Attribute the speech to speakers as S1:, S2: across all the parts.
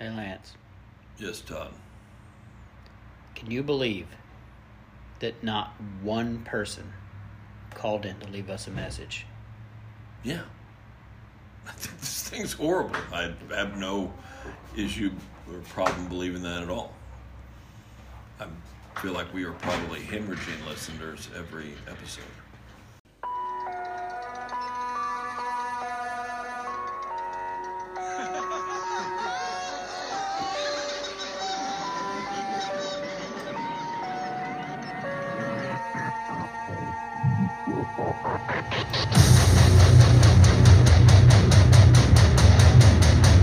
S1: and Lance,
S2: Yes, Todd.
S1: can you believe that not one person called in to leave us a message?
S2: Yeah. I think this thing's horrible. I have no issue or problem believing that at all. I feel like we are probably hemorrhaging listeners every episode.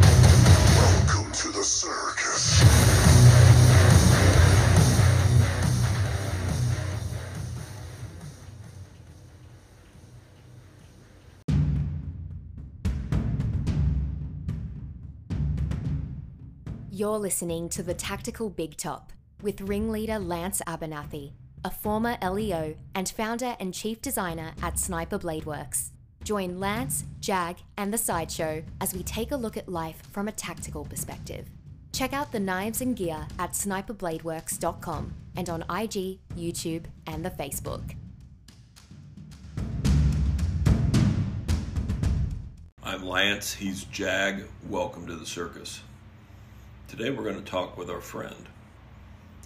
S3: Welcome to the circus.
S4: You're listening to The Tactical Big Top with ringleader Lance Abernathy, a former LEO and founder and chief designer at Sniper Blade Works. Join Lance, Jag, and The Sideshow as we take a look at life from a tactical perspective. Check out the knives and gear at sniperbladeworks.com and on IG, YouTube, and the Facebook.
S2: I'm Lance, he's Jag. Welcome to the circus. Today we're going to talk with our friend,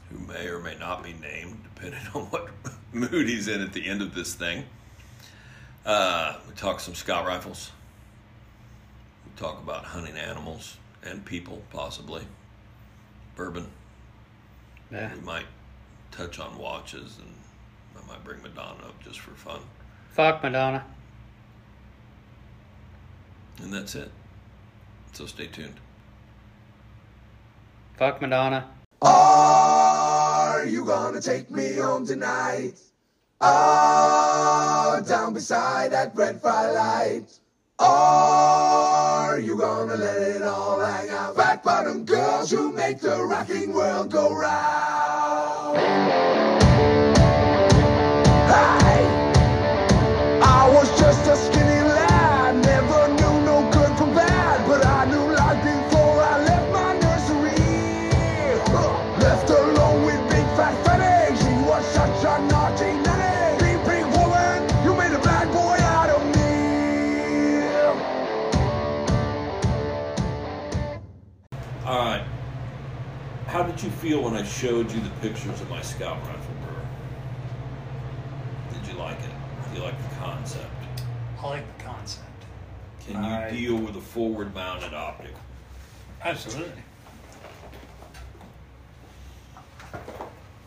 S2: who may or may not be named, depending on what mood he's in at the end of this thing. Uh, we talk some scout rifles. We talk about hunting animals and people, possibly. Bourbon.
S1: Yeah.
S2: We might touch on watches, and I might bring Madonna up just for fun.
S1: Fuck Madonna.
S2: And that's it. So stay tuned.
S1: Fuck Madonna.
S3: Are you gonna take me home tonight? Oh, down beside that red firelight. Are you gonna let it all hang out? Fat bottom girls who make the rocking world go round. Hey, I was just a skinny lad, never knew no good from bad, but I knew life before I left my nursery. Huh. Left alone with big fat fatty, she was such a naughty nanny. Big big woman, you made a black boy out of me.
S2: All right. Uh, How did you feel when I showed you the pictures of my scout rifle burr? Did you like it? Do you like the concept?
S5: I like the concept.
S2: Can you
S5: I-
S2: deal with a forward mounted optic?
S5: Absolutely.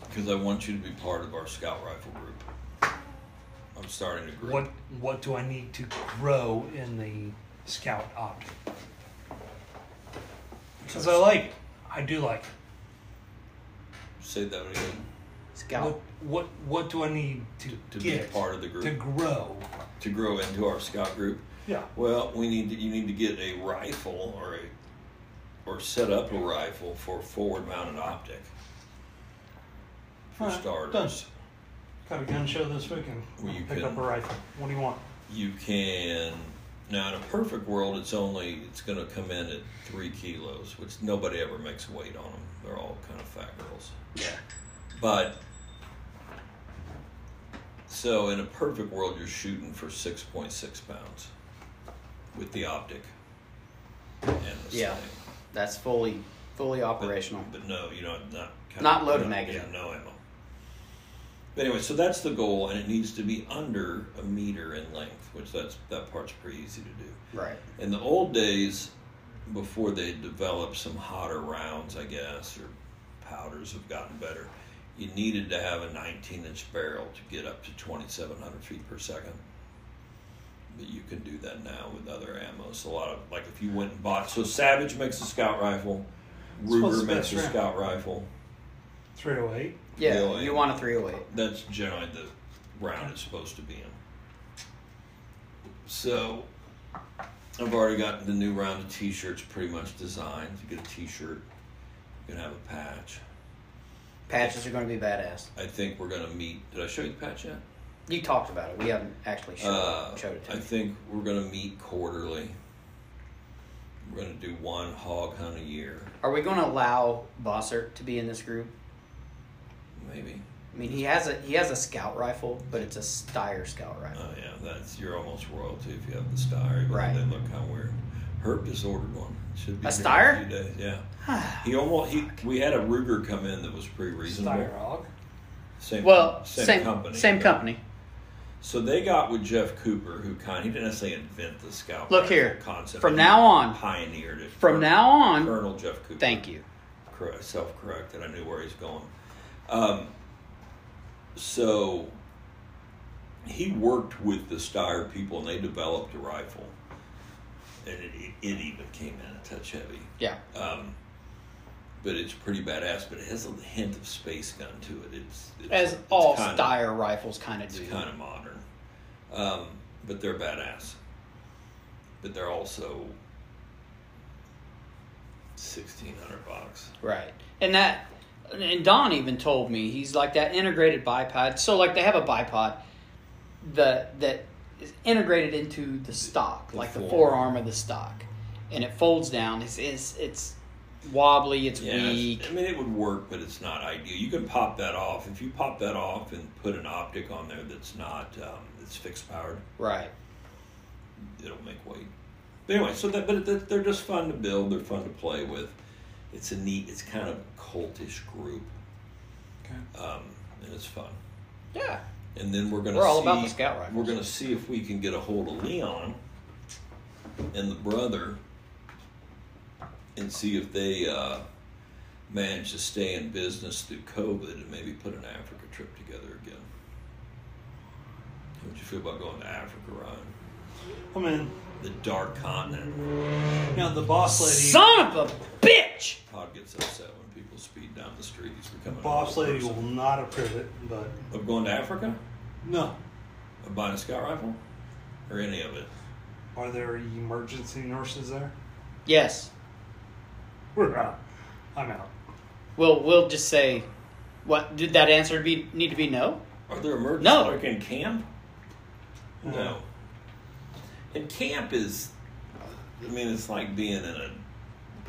S2: Because I want you to be part of our scout rifle group. I'm starting a group.
S5: What what do I need to grow in the scout optic? Because I like it. I do like it.
S2: Say that again.
S1: Scout.
S5: What what what do I need to,
S2: To be
S5: get
S2: part of the group.
S5: to grow?
S2: To grow into our scout group.
S5: Yeah.
S2: Well, we need to, you need to get a rifle or a or set up a rifle for forward mounted optic. For
S5: Alright,
S2: starters.
S5: done. Got a gun show this weekend.
S2: Well, you
S5: Pick
S2: can-
S5: up a rifle. What do you want?
S2: you can now in a perfect world it's only it's going to come in at three kilos which nobody ever makes weight on them they're all kind of fat girls yeah but so in a perfect world you're shooting for 6.6 pounds with the optic and the
S1: Yeah.
S2: sling.
S1: That's fully fully
S2: But-
S1: operational.
S2: But, no, you know, not kind
S1: Not loaded
S2: no,
S1: magazine.
S2: Yeah, no ammo. But anyway, so that's the goal, and it needs to be under a meter in length, which that's that part's pretty easy to do.
S1: Right.
S2: In the old days, before they developed some hotter rounds, I guess, or powders have gotten better, you needed to have a 19 inch barrel to get up to 2,700 feet per second. But you can do that now with other ammo. So a lot of, like if you went and bought, so Savage makes a scout rifle,
S5: what's
S2: Ruger
S5: the
S2: makes
S5: best
S2: a
S5: round.
S2: scout rifle.
S5: Three oh eight.
S1: Yeah,
S2: Really?
S1: you want a 308.
S2: That's generally the round it's supposed to be in. So, I've already got the new round of T-shirts pretty much designed. You get a T-shirt, you can have a patch.
S1: Patches are going to be badass.
S2: I think we're gonna meet. Did I show you the patch yet?
S1: You talked about it. We haven't actually showed,
S2: Uh,
S1: showed it to
S2: I
S1: you.
S2: think we're gonna meet quarterly. We're gonna do one hog hunt a year,
S6: Are we going to allow Bossert to be in this group?
S2: maybe.
S6: I mean, he has a he has a scout rifle, but it's a Steyr scout rifle.
S2: Oh yeah, that's you're almost royalty if you have the Steyr. Even though
S6: Right.
S2: They look kind of weird. Herb just ordered one. Should be
S6: A
S2: here in
S6: Steyr?
S2: few days, Yeah. he almost he. We had a Ruger come in that was pretty reasonable.
S5: Styrog.
S2: Same.
S1: Well,
S2: same,
S1: same,
S2: company.
S1: Same
S2: but-
S1: company.
S2: So they got with Jeff Cooper, who kind he didn't necessarily invent the scout.
S1: Look
S2: rifle
S1: here.
S2: Concept.
S1: From
S2: He
S1: now on.
S2: Pioneered it.
S1: From now on,
S2: Colonel Jeff Cooper.
S1: thank you.
S2: correct, self-corrected. I knew where he's going. Um, so he worked with the Steyr people, and they developed a rifle, and it, it even came in a touch heavy.
S6: Yeah.
S2: Um, but it's pretty badass. But it has a hint of space gun to it. It's, it's
S1: As
S2: it's
S1: all
S2: kinda-
S6: Steyr rifles kind of
S2: It's
S6: do.
S2: kind of modern, um, but they're badass. But they're also sixteen hundred bucks.
S1: Right. And that and Don even told me he's like that integrated bipod. So like they have a bipod that that is integrated into the stock,
S2: The
S1: like the
S2: forearm.
S1: forearm of the stock. And it folds down. It's it's, it's wobbly, it's
S2: Yeah, it's-
S1: weak.
S2: I mean it would work, but it's not ideal. You can pop that off. If you pop that off and put an optic on there that's not um, that's fixed powered,
S1: Right.
S2: it'll make weight. But anyway, so that but that- they're just fun to build. They're fun to play with. It's a neat. It's kind of a cultish group, um, and it's fun.
S1: Yeah.
S2: And then we're gonna
S6: We're all
S2: see,
S6: about the scout rifles.
S2: We're gonna see if we can get a hold of Leon and the brother, and see if they uh, manage to stay in business through COVID and maybe put an Africa trip together again. How'd you feel about going to Africa, Ryan?
S5: I'm in.
S2: The dark continent.
S5: Now the boss lady.
S1: Son of a bitch!
S2: Todd gets upset when people speed down the street. He's becoming. an
S5: boss
S2: old
S5: lady
S2: person.
S5: will not approve it, but
S2: of going to Africa,
S5: no.
S2: of buying a scout rifle, or any of it.
S5: Are there emergency nurses there?
S1: Yes.
S5: We're out. I'm out.
S1: We'll we'll just say what did that answer be need to be no?
S2: Are there emergency
S1: No.
S2: like in camp?
S5: No.
S2: No. And camp is, I mean, it's like being in a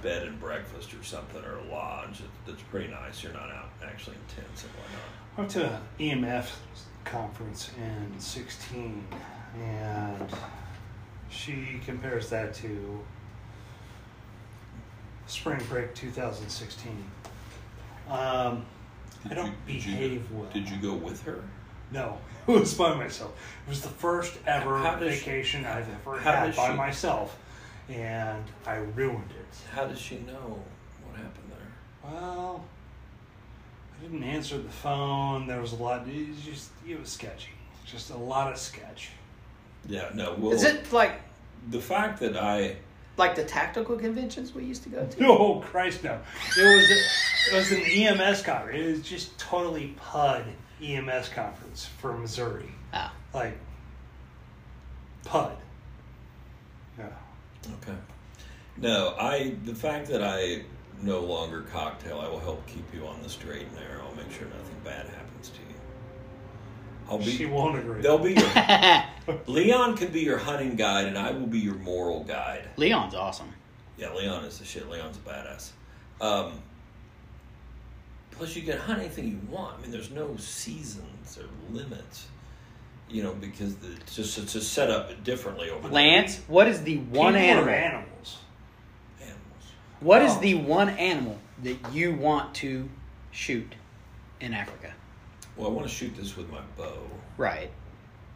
S2: bed and breakfast or something or a lodge. It- That's pretty nice. You're not out actually in tents and whatnot.
S5: I went to an EMF conference in 16, and she compares that to spring break 2016. Um, I don't
S2: did
S5: behave
S2: you,
S5: well.
S2: Did you go with her?
S5: No, it was by myself. It was the first ever
S2: How does she-
S5: vacation I've ever
S2: how
S5: had
S2: does
S5: by
S2: she-
S5: myself, and I ruined it.
S2: How does she know what happened there?
S5: Well, I didn't answer the phone. There was a lot. It was just it was sketchy. Just a lot of sketch.
S2: Yeah, no. Well,
S6: Is it like
S2: the fact that I
S6: like the tactical conventions we used to go to?
S5: No, Oh, Christ, no. It was it was an EMS conference. It was just totally PUD EMS E conference for Missouri.
S1: Ah.
S5: Like PUD. Yeah.
S2: Okay. No, I the fact that I no longer cocktail, I will help keep you on the straight and narrow. I'll make sure nothing bad happens to you. I'll
S5: She
S2: be.
S5: won't agree.
S2: They'll be. Your, Leon can be your hunting guide, and I will be your moral guide.
S1: Leon's awesome.
S2: Yeah, Leon is the shit. Leon's a badass. Um, plus, you can hunt anything you want. I mean, there's no seasons or limits. You know, because the, it's just it's just set up differently over there.
S1: Lance, what is the one
S5: People
S1: animal?
S5: are animals.
S2: Animals.
S1: What is
S5: Oh.
S1: the one animal that you want to shoot in Africa?
S2: Well, I want to shoot this with my bow.
S1: Right.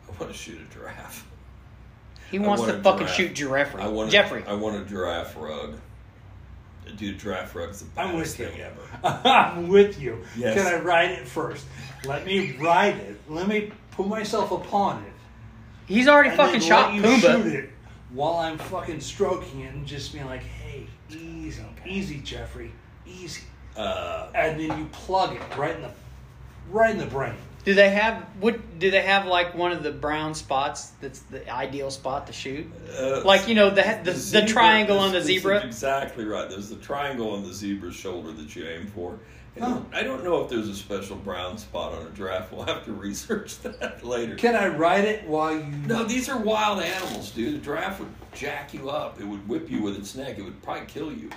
S2: I want to shoot a giraffe.
S1: He
S2: I
S1: wants
S2: want
S1: to
S2: a
S1: fucking
S2: giraffe.
S1: shoot Jeffrey.
S2: I want a,
S1: Jeffrey.
S2: I want a giraffe rug. Dude, giraffe rug's the
S5: I'm
S2: best
S5: with you.
S2: thing ever.
S5: I'm with you.
S2: Yes.
S5: Can I ride it first? Let me ride it. Let me put myself upon it.
S1: He's already
S5: and
S1: fucking
S5: then
S1: shot
S5: let you
S1: Pumbaa.
S5: shoot it while I'm fucking stroking it and just being like, hey, easy, easy, Jeffrey, easy.
S2: Uh,
S5: And then you plug it right in the right in the brain.
S1: Do they have what? Do they have like one of the brown spots? That's the ideal spot to shoot.
S2: Uh,
S1: Like you know the the, the,
S2: zebra-
S1: triangle on the
S2: this- this is
S1: zebra.
S2: exactly right. There's the triangle on the zebra's shoulder that you aim for. And I don't know if there's a special brown spot on a giraffe. We'll have to research that later.
S5: Can I ride it while you?
S2: no, these are wild animals, dude. A giraffe would jack you up. It would whip you with its neck. It would probably kill you.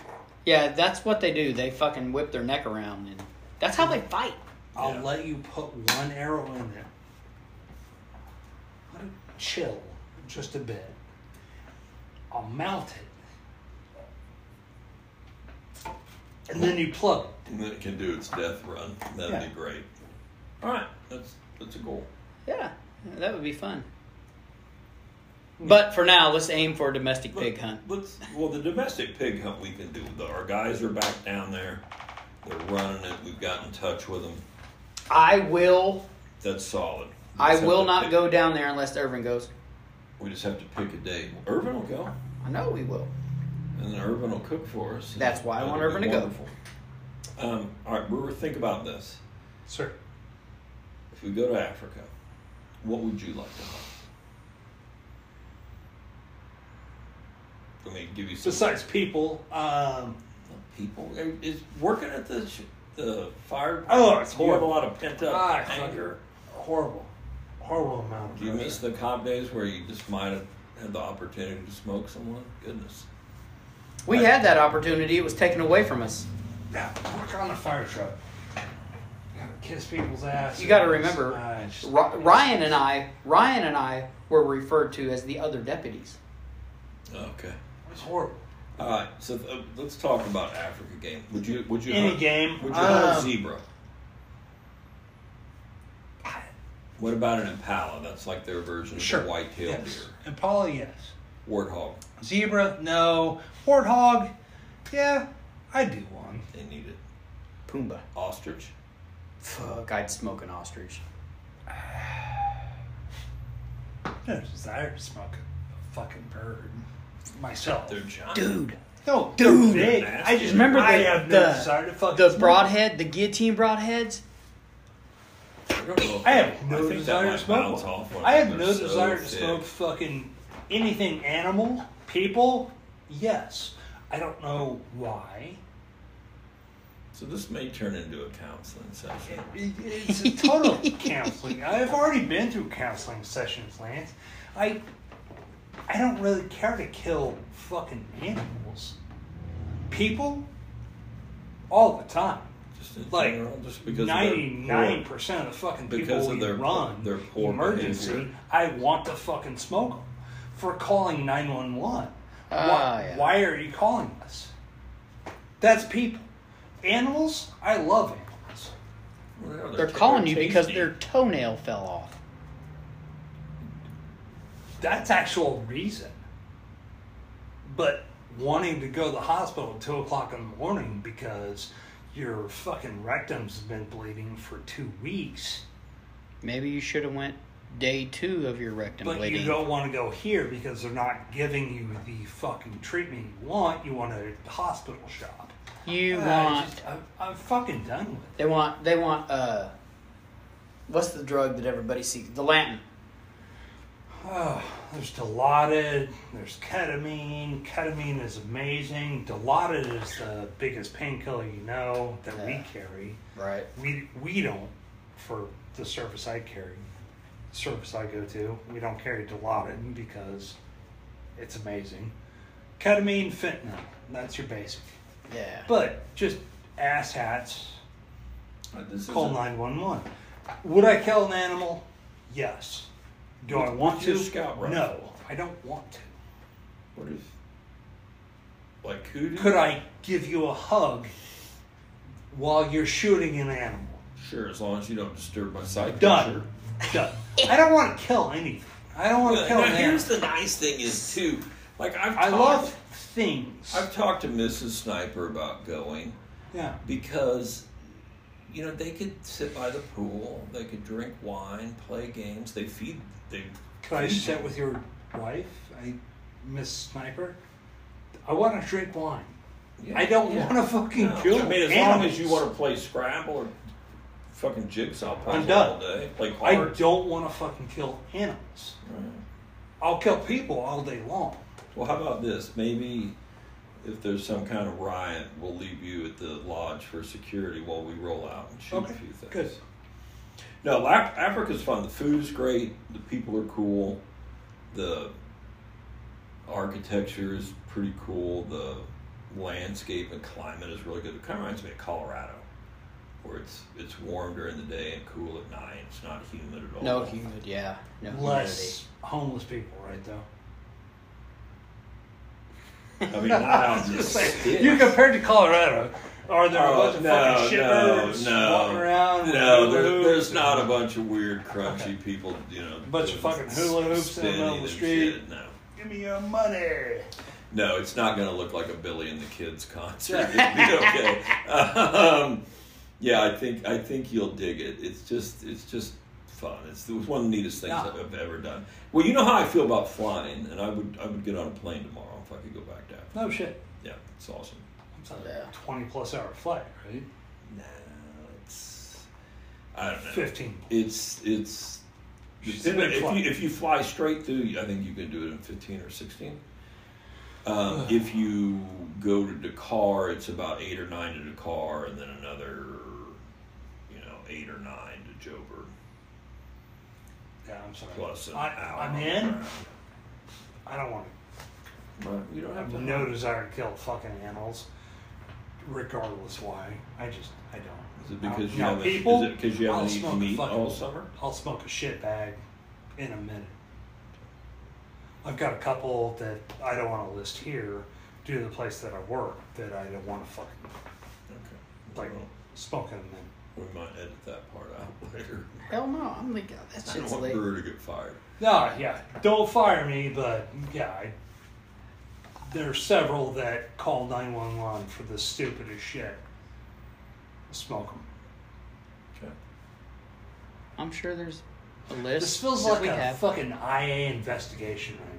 S1: Yeah, that's what they do. They fucking whip their neck around, and that's how they fight.
S5: I'll
S2: Yeah.
S5: let you put one arrow in there. Let it chill just a bit. I'll mount it. And then you plug it.
S2: And then it can do its death run. That'd
S5: Yeah.
S2: be great. All right, that's that's a goal.
S1: Yeah, that would be fun.
S5: Hmm.
S1: But for now, let's aim for a domestic pig hunt.
S2: Let's, well, the domestic pig hunt we can do. The, our guys are back down there. They're running it. We've got in touch with them.
S1: I will.
S2: That's solid. We
S1: I
S2: just have
S1: will
S2: to
S1: not
S2: pick-
S1: go down there unless Irvin goes.
S2: We just have to pick a day. Irvin will go,
S1: I know we will.
S2: and then Irvin will cook for us. and
S1: That's why I
S2: that'll
S1: want
S2: be
S1: Irvin to go.
S2: wonderful. Um, all right, Brewer, think about this.
S5: Sir,
S2: If we go to Africa, what would you like to hunt? Let me give you some
S5: besides people, um,
S2: people is working at the sh- the fire.
S5: Oh, it's
S2: Do you have a
S5: horrible.
S2: lot of pent up
S5: Ah, fuck.
S2: anger.
S5: horrible, horrible amount. Of
S2: Do you
S5: pressure.
S2: miss the cop days where you just might have had the opportunity to smoke someone? Goodness.
S1: We had that opportunity. It was taken away from us.
S5: Yeah, work on the fire truck. Gotta kiss people's ass.
S1: You got to remember,
S5: Ah, it's just-
S1: Ri- Ryan and I, Ryan and I were referred to as the other deputies.
S2: Okay.
S5: It's horrible.
S2: All right. So uh, let's talk about Africa game. Would you? Would you?
S5: Any
S2: hunt-
S5: game.
S2: Would you hunt a
S5: Um,
S2: zebra? What about an impala? That's like their version of a white-tailed
S5: yes.
S2: deer.
S5: Impala, yes.
S2: Warthog.
S5: Zebra, no. Warthog, yeah, I do one.
S2: They need it.
S1: Pumbaa.
S2: Ostrich.
S1: Fuck, I'd smoke an ostrich.
S5: No desire to smoke a fucking bird myself.
S2: They're giant.
S1: Dude,
S5: No,
S1: Dude,
S5: they're big.
S2: that's-
S1: I just remember the
S5: I have no
S1: the-
S5: desire to fucking
S1: the
S5: smoke.
S1: broadhead, the guillotine broadheads.
S2: I don't know if-
S5: I have no
S2: think that
S5: desire to
S2: might
S5: smoke.
S2: bounce off
S5: One.
S2: one.
S5: I have
S2: They're
S5: no
S2: so
S5: desire to
S2: thick.
S5: smoke fucking anything animal, people. Yes, I don't know why.
S2: So this may turn into a counseling session.
S5: It- It's a total counseling. I've already been through counseling sessions, Lance. I I don't really care to kill fucking animals. People all the time.
S2: Just in
S5: Like,
S2: general, just because of their
S5: Ninety nine percent of the fucking people
S2: Because of
S5: we
S2: their-
S5: run
S2: their poor
S5: emergency,
S2: behavior.
S5: I want to fucking smoke them for calling nine one one.
S1: Ah,
S5: Why?
S1: yeah.
S5: Why are you calling us? That's people. Animals. I love animals.
S2: poor- Well,
S1: They're calling you
S2: tasty.
S1: because their toenail fell off.
S5: that's actual reason. But wanting to go to the hospital at two o'clock in the morning because your fucking rectum's been bleeding for two weeks,
S1: Maybe you should have went day two of your rectum
S5: but
S1: bleeding.
S5: you don't want to go here because they're not giving you the fucking treatment you want. You want a hospital shop.
S1: You
S5: I
S1: want
S5: just- I'm, I'm fucking done with it.
S1: they want they want uh, what's the drug that everybody seeks? The Latin.
S5: Oh, there's Dilaudid, there's ketamine. Ketamine is amazing. Dilaudid is the biggest painkiller you know that we
S1: Yeah.
S5: carry.
S1: Right.
S5: We we don't for the service I carry, the service I go to. We don't carry Dilaudid because it's amazing. Ketamine, fentanyl. That's your basic.
S1: Yeah.
S5: But just ass hats.
S2: Uh, This is
S5: Call nine one one. Would I kill an animal? Yes. Do I want
S2: With
S5: to?
S2: your scout rifle.
S5: No, I don't want to.
S2: What is? Like hoodoo?
S5: Could I give you a hug while you're shooting an animal?
S2: Sure, as long as you don't disturb my side.
S5: Done. Done. I don't want to kill anything. I don't want to kill an animal.
S2: here's the nice thing is too. Like I've
S5: I
S2: talked,
S5: love things.
S2: I've talked to Mrs. Sniper about going
S5: yeah.
S2: because, you know, they could sit by the pool, they could drink wine, play games, they feed, they.
S5: Could I
S2: feed
S5: sit with your wife, I, Miss Sniper? I want to drink wine.
S2: Yeah.
S5: I don't
S2: Yeah.
S5: want to fucking
S2: No.
S5: kill
S2: I mean, as long
S5: animals.
S2: as you want to play Scrabble or fucking jigsaw puzzle
S5: I'm done.
S2: all day. Like
S5: I
S2: hard.
S5: don't want to fucking kill animals. I'll kill people all day long.
S2: Well, how about this? Maybe if there's some kind of riot, we'll leave you at the lodge for security while we roll out and shoot
S5: Okay,
S2: a few things.
S5: good.
S2: No, La- Africa's fun. The food's great. The people are cool. The architecture is pretty cool. The landscape and climate is really good. It kind of reminds me of Colorado, where it's it's warm during the day and cool at night. It's not humid at all.
S1: No humid, yeah. No humidity.
S5: Less homeless people, right? Though.
S2: I mean, not out in the sticks.
S5: You compared to Colorado. Are there a
S2: Oh,
S5: bunch of
S2: no,
S5: fucking
S2: no,
S5: shippers walking
S2: no,
S5: around? with
S2: no!
S5: hula
S2: There,
S5: hoops
S2: there's
S5: and
S2: not a bunch of weird, crunchy people. You know,
S5: a bunch of fucking hula hoops in the middle of the
S2: spinning and
S5: street.
S2: shit, No,
S5: Give me your money.
S2: no, it's not going to look like a Billy and the Kids concert. It'll be okay. um, yeah, I think I think you'll dig it. It's just it's just fun. It's the one of the neatest things
S5: Yeah.
S2: I've ever done. Well, you know how I feel about flying, and I would I would get on a plane tomorrow if I could go back down.
S5: No shit.
S2: Yeah, it's awesome.
S5: It's a
S1: Yeah.
S5: twenty plus hour flight, right?
S2: No, it's I don't know.
S5: Fifteen.
S2: It's it's.
S5: She's
S2: depending-
S5: been
S2: if
S5: flying.
S2: you, if you fly straight through, I think you can do it in fifteen or sixteen. Um, if you go to Dakar, it's about eight or nine to Dakar, and then another, you know, eight or nine to Joburg.
S5: Yeah, I'm sorry.
S2: Plus an
S5: I,
S2: hour.
S5: I'm
S2: on the
S5: in.
S2: ground.
S5: I don't want
S2: But you don't
S5: to. I
S2: have to.
S5: have no desire to kill fucking animals, regardless why. I just I don't. Um,
S2: Is it because you
S5: Now,
S2: haven't?
S5: people?
S2: Is it because you
S5: I'll
S2: haven't
S5: smoke
S2: eaten
S5: a
S2: meat
S5: fucking-
S2: all summer?
S5: I'll smoke a shit bag in a minute. I've got a couple that I don't want to list here due to the place that I work that I don't want to fucking
S2: Okay.
S5: like
S2: Well,
S5: smoke in a minute.
S2: we might edit that part out later.
S1: Hell no, I'm like, oh, that
S2: I don't
S1: shit's
S2: want
S1: late.
S2: Brewer to get fired.
S5: No, yeah, don't fire me, but yeah, I, there are several that call nine one one for the stupidest shit. Smoke them.
S2: Okay.
S1: I'm sure there's a list.
S5: This feels
S1: that
S5: like
S1: we
S5: a
S1: have.
S5: fucking IA investigation right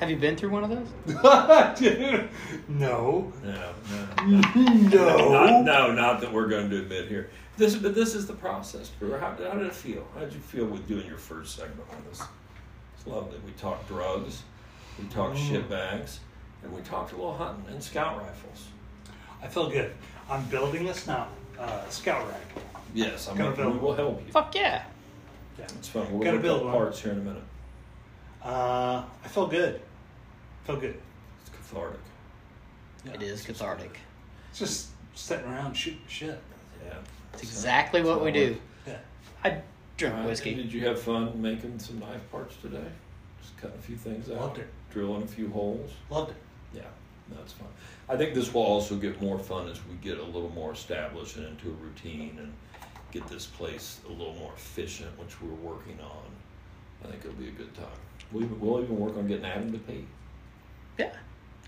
S1: have you been through one of those?
S5: now, dude. No,
S2: No, no.
S5: no.
S2: Not, no, not that we're going to admit here. This, but this is the process. Brewer. How, how did it feel? How did you feel with doing your first segment on this? It's lovely. We talked drugs, we talked
S5: Mm.
S2: shit bags, and we talked a little hunting and scout rifles.
S5: I feel good. I'm building this now. Uh, scout rifle.
S2: Yes, I'm.
S5: Gotta
S2: We
S5: build
S2: will help you.
S1: Fuck yeah.
S5: Yeah.
S2: It's fun. We'll
S5: Gotta
S2: look
S5: build
S2: up
S5: one.
S2: parts here in a minute.
S5: Uh, I feel good. feel good.
S2: It's cathartic.
S1: It is cathartic.
S5: It's just sitting around shooting shit.
S2: Yeah,
S1: It's exactly what we do.
S5: Yeah.
S1: I drink
S2: Alright,
S1: whiskey.
S2: Did you have fun making some knife parts today? Just cutting a few things out.
S5: Loved it.
S2: Drilling a few holes.
S5: Loved it.
S2: Yeah, that's fun. I think this will also get more fun as we get a little more established and into a routine and get this place a little more efficient, which we're working on. I think it'll be a good time. We'll even, we'll even work on getting Adam to pay.
S1: Yeah.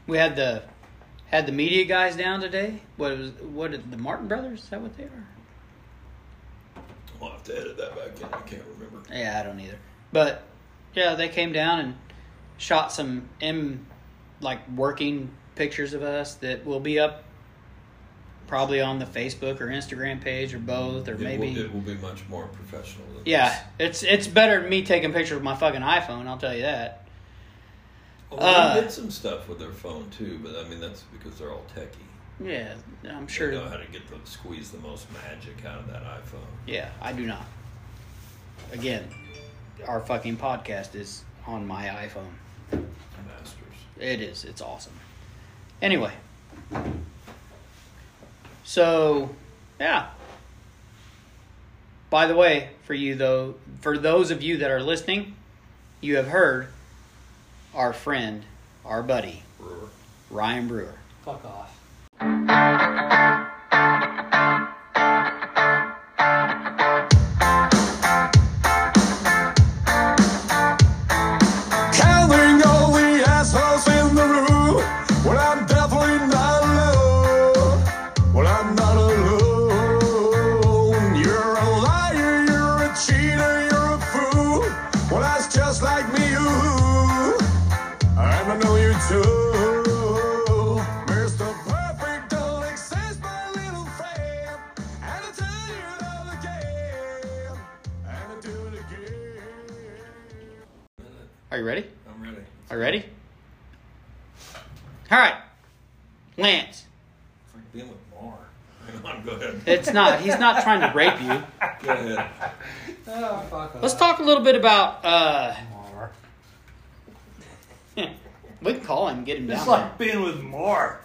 S1: We had the had the media guys down today. What was what did- the Martin brothers? Is that what they are?
S2: I'll have to edit that back in. I can't remember.
S1: Yeah, I don't either. But yeah, they came down and shot some M like working pictures of us that will be up probably on the Facebook or Instagram page or both or
S2: It
S1: maybe
S2: will, it will be much more professional. Than
S1: Yeah, it's it's better than me taking pictures with my fucking iPhone, I'll tell you that.
S2: this. Although
S1: Uh,
S2: they did some stuff with their phone too, but I mean that's because they're all techie.
S1: Yeah, I'm
S2: They know
S1: sure.
S2: how to get the squeeze the most magic out of that iPhone.
S1: Yeah, I do not. Again, our fucking podcast is on my iPhone.
S2: Masters.
S1: It is. It's awesome. Anyway. So, yeah. By the way, for you though, for those of you that are listening, you have heard our friend, our buddy,
S2: Brewer.
S1: Ryan Brewer.
S5: Fuck off.
S3: Counting all the assholes in the room. Well, I'm definitely not alone. Well, I'm not alone. You're a liar, you're a cheater, you're a fool. Well, that's just like me. Ooh. And I know you too, Mr.
S1: Are you ready?
S2: I'm ready.
S1: Are you ready? All right, Lance.
S2: It's like being with Mar. Hang on, go ahead.
S1: It's not. He's not trying to rape you.
S2: Go ahead.
S5: Oh, fuck off.
S1: Let's talk a little bit about. uh
S5: Mar.
S1: We can call him, get him down.
S5: It's like being with Mar.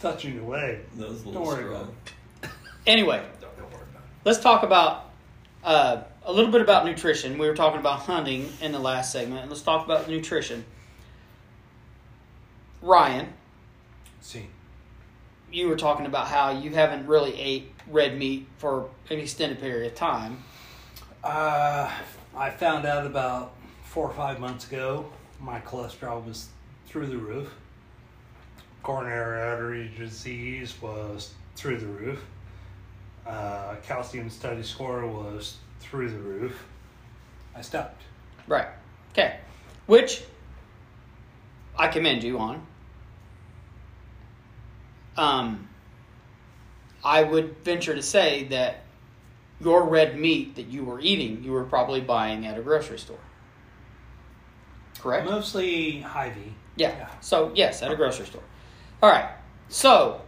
S5: Touching the leg.
S2: That was a
S5: Don't
S2: little
S5: worry
S2: strong.
S5: about it.
S1: there. Anyway,
S2: Don't, don't worry about
S1: let's talk about uh, a little bit about nutrition. We were talking about hunting in the last segment, and let's talk about nutrition. Ryan,
S5: See.
S1: you were talking about how you haven't really ate red meat for an extended period of time.
S5: Uh, I found out about four or five months ago my cholesterol was through the roof. Coronary artery disease was through the roof. Uh, calcium study score was through the roof. I stopped.
S1: Right. Okay. Which I commend you on. Um, I would venture to say that your red meat that you were eating, you were probably buying at a grocery store. Correct?
S5: Mostly Hy-Vee.
S1: Yeah. So, yes, at a grocery store. All right. So,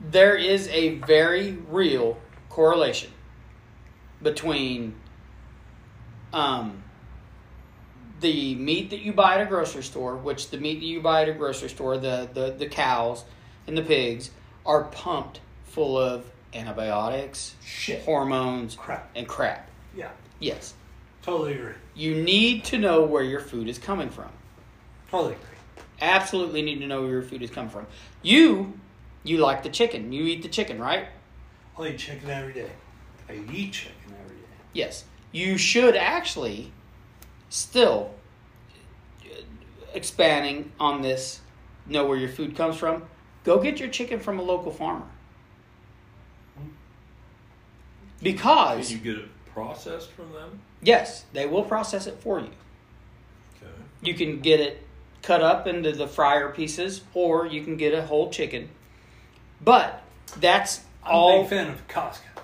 S1: there is a very real correlation between um, the meat that you buy at a grocery store, which the meat that you buy at a grocery store, the, the, the cows and the pigs, are pumped full of antibiotics,
S5: Shit.
S1: hormones,
S5: Crap.
S1: and crap.
S5: Yeah.
S1: Yes.
S5: Totally agree.
S1: You need to know where your food is coming from
S5: Totally agree.
S1: absolutely need to know where your food has come from. You, you like the chicken. You eat the chicken, right?
S5: I eat chicken every day. I eat chicken every day.
S1: Yes. You should actually still uh, expanding on this know where your food comes from. Go get your chicken from a local farmer.
S2: it. Did
S1: Because
S2: you get it processed from them?
S1: yes, they will process it for you.
S2: Okay.
S1: you can get it cut up into the fryer pieces or you can get a whole chicken but that's
S5: I'm a
S1: all
S5: big fan of Costco.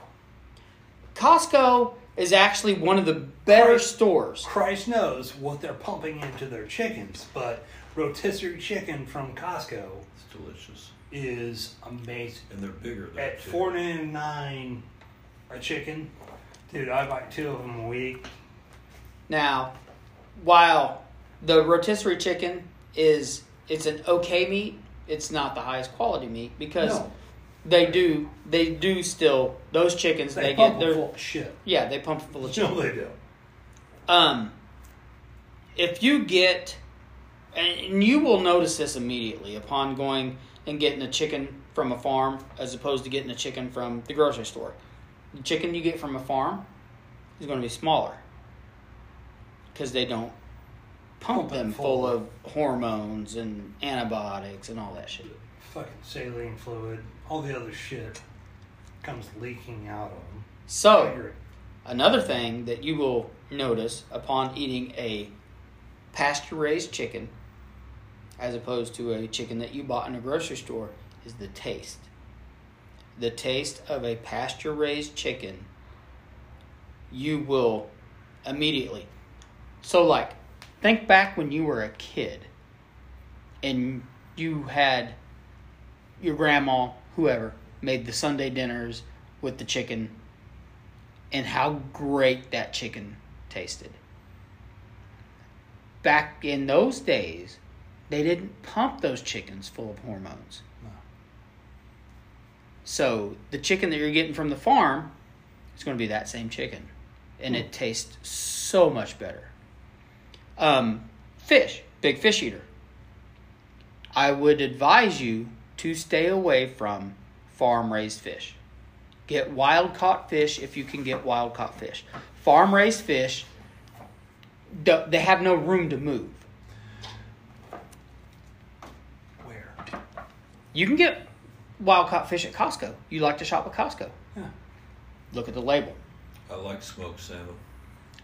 S1: costco is actually one of the better
S5: Right.
S1: stores
S5: Christ knows what they're pumping into their chickens, but rotisserie chicken from Costco
S2: It's delicious.
S5: is amazing.
S2: And they're bigger than
S5: At four ninety nine a chicken, dude, I buy two of them a week.
S1: now while the rotisserie chicken is it's an okay meat it's not the highest quality meat because
S5: No.
S1: they do they do still those chickens
S5: They,
S1: they,
S5: pump
S1: get
S5: them
S1: their
S5: full of shit.
S1: yeah they pump it full of chicken
S5: No, they do.
S1: Um, if you get, and you will notice this immediately upon going and getting a chicken from a farm as opposed to getting a chicken from the grocery store. The chicken you get from a farm is going to be smaller because they don't pump
S5: Pump it
S1: them
S5: full.
S1: full of hormones and antibiotics and all that shit.
S5: Fucking saline fluid, all the other shit comes leaking out of them. I
S1: So,
S5: agree.
S1: Another thing that you will notice upon eating a pasture raised chicken as opposed to a chicken that you bought in a grocery store is the taste. The taste of a pasture raised chicken, you will immediately. So, like, think back when you were a kid and you had your grandma, whoever, made the Sunday dinners with the chicken and how great that chicken tasted. Back in those days, they didn't pump those chickens full of hormones.
S5: No.
S1: So the chicken that you're getting from the farm is going to be that same chicken, and it tastes so much better. Um, fish, big fish eater. I would advise you to stay away from farm raised fish. Get wild caught fish if you can get wild caught fish. Farm raised fish, th- they have no room to move.
S5: Where?
S1: You can get wild caught fish at Costco. You like to shop at Costco.
S5: Yeah.
S1: Look at the label.
S2: I like smoked salmon.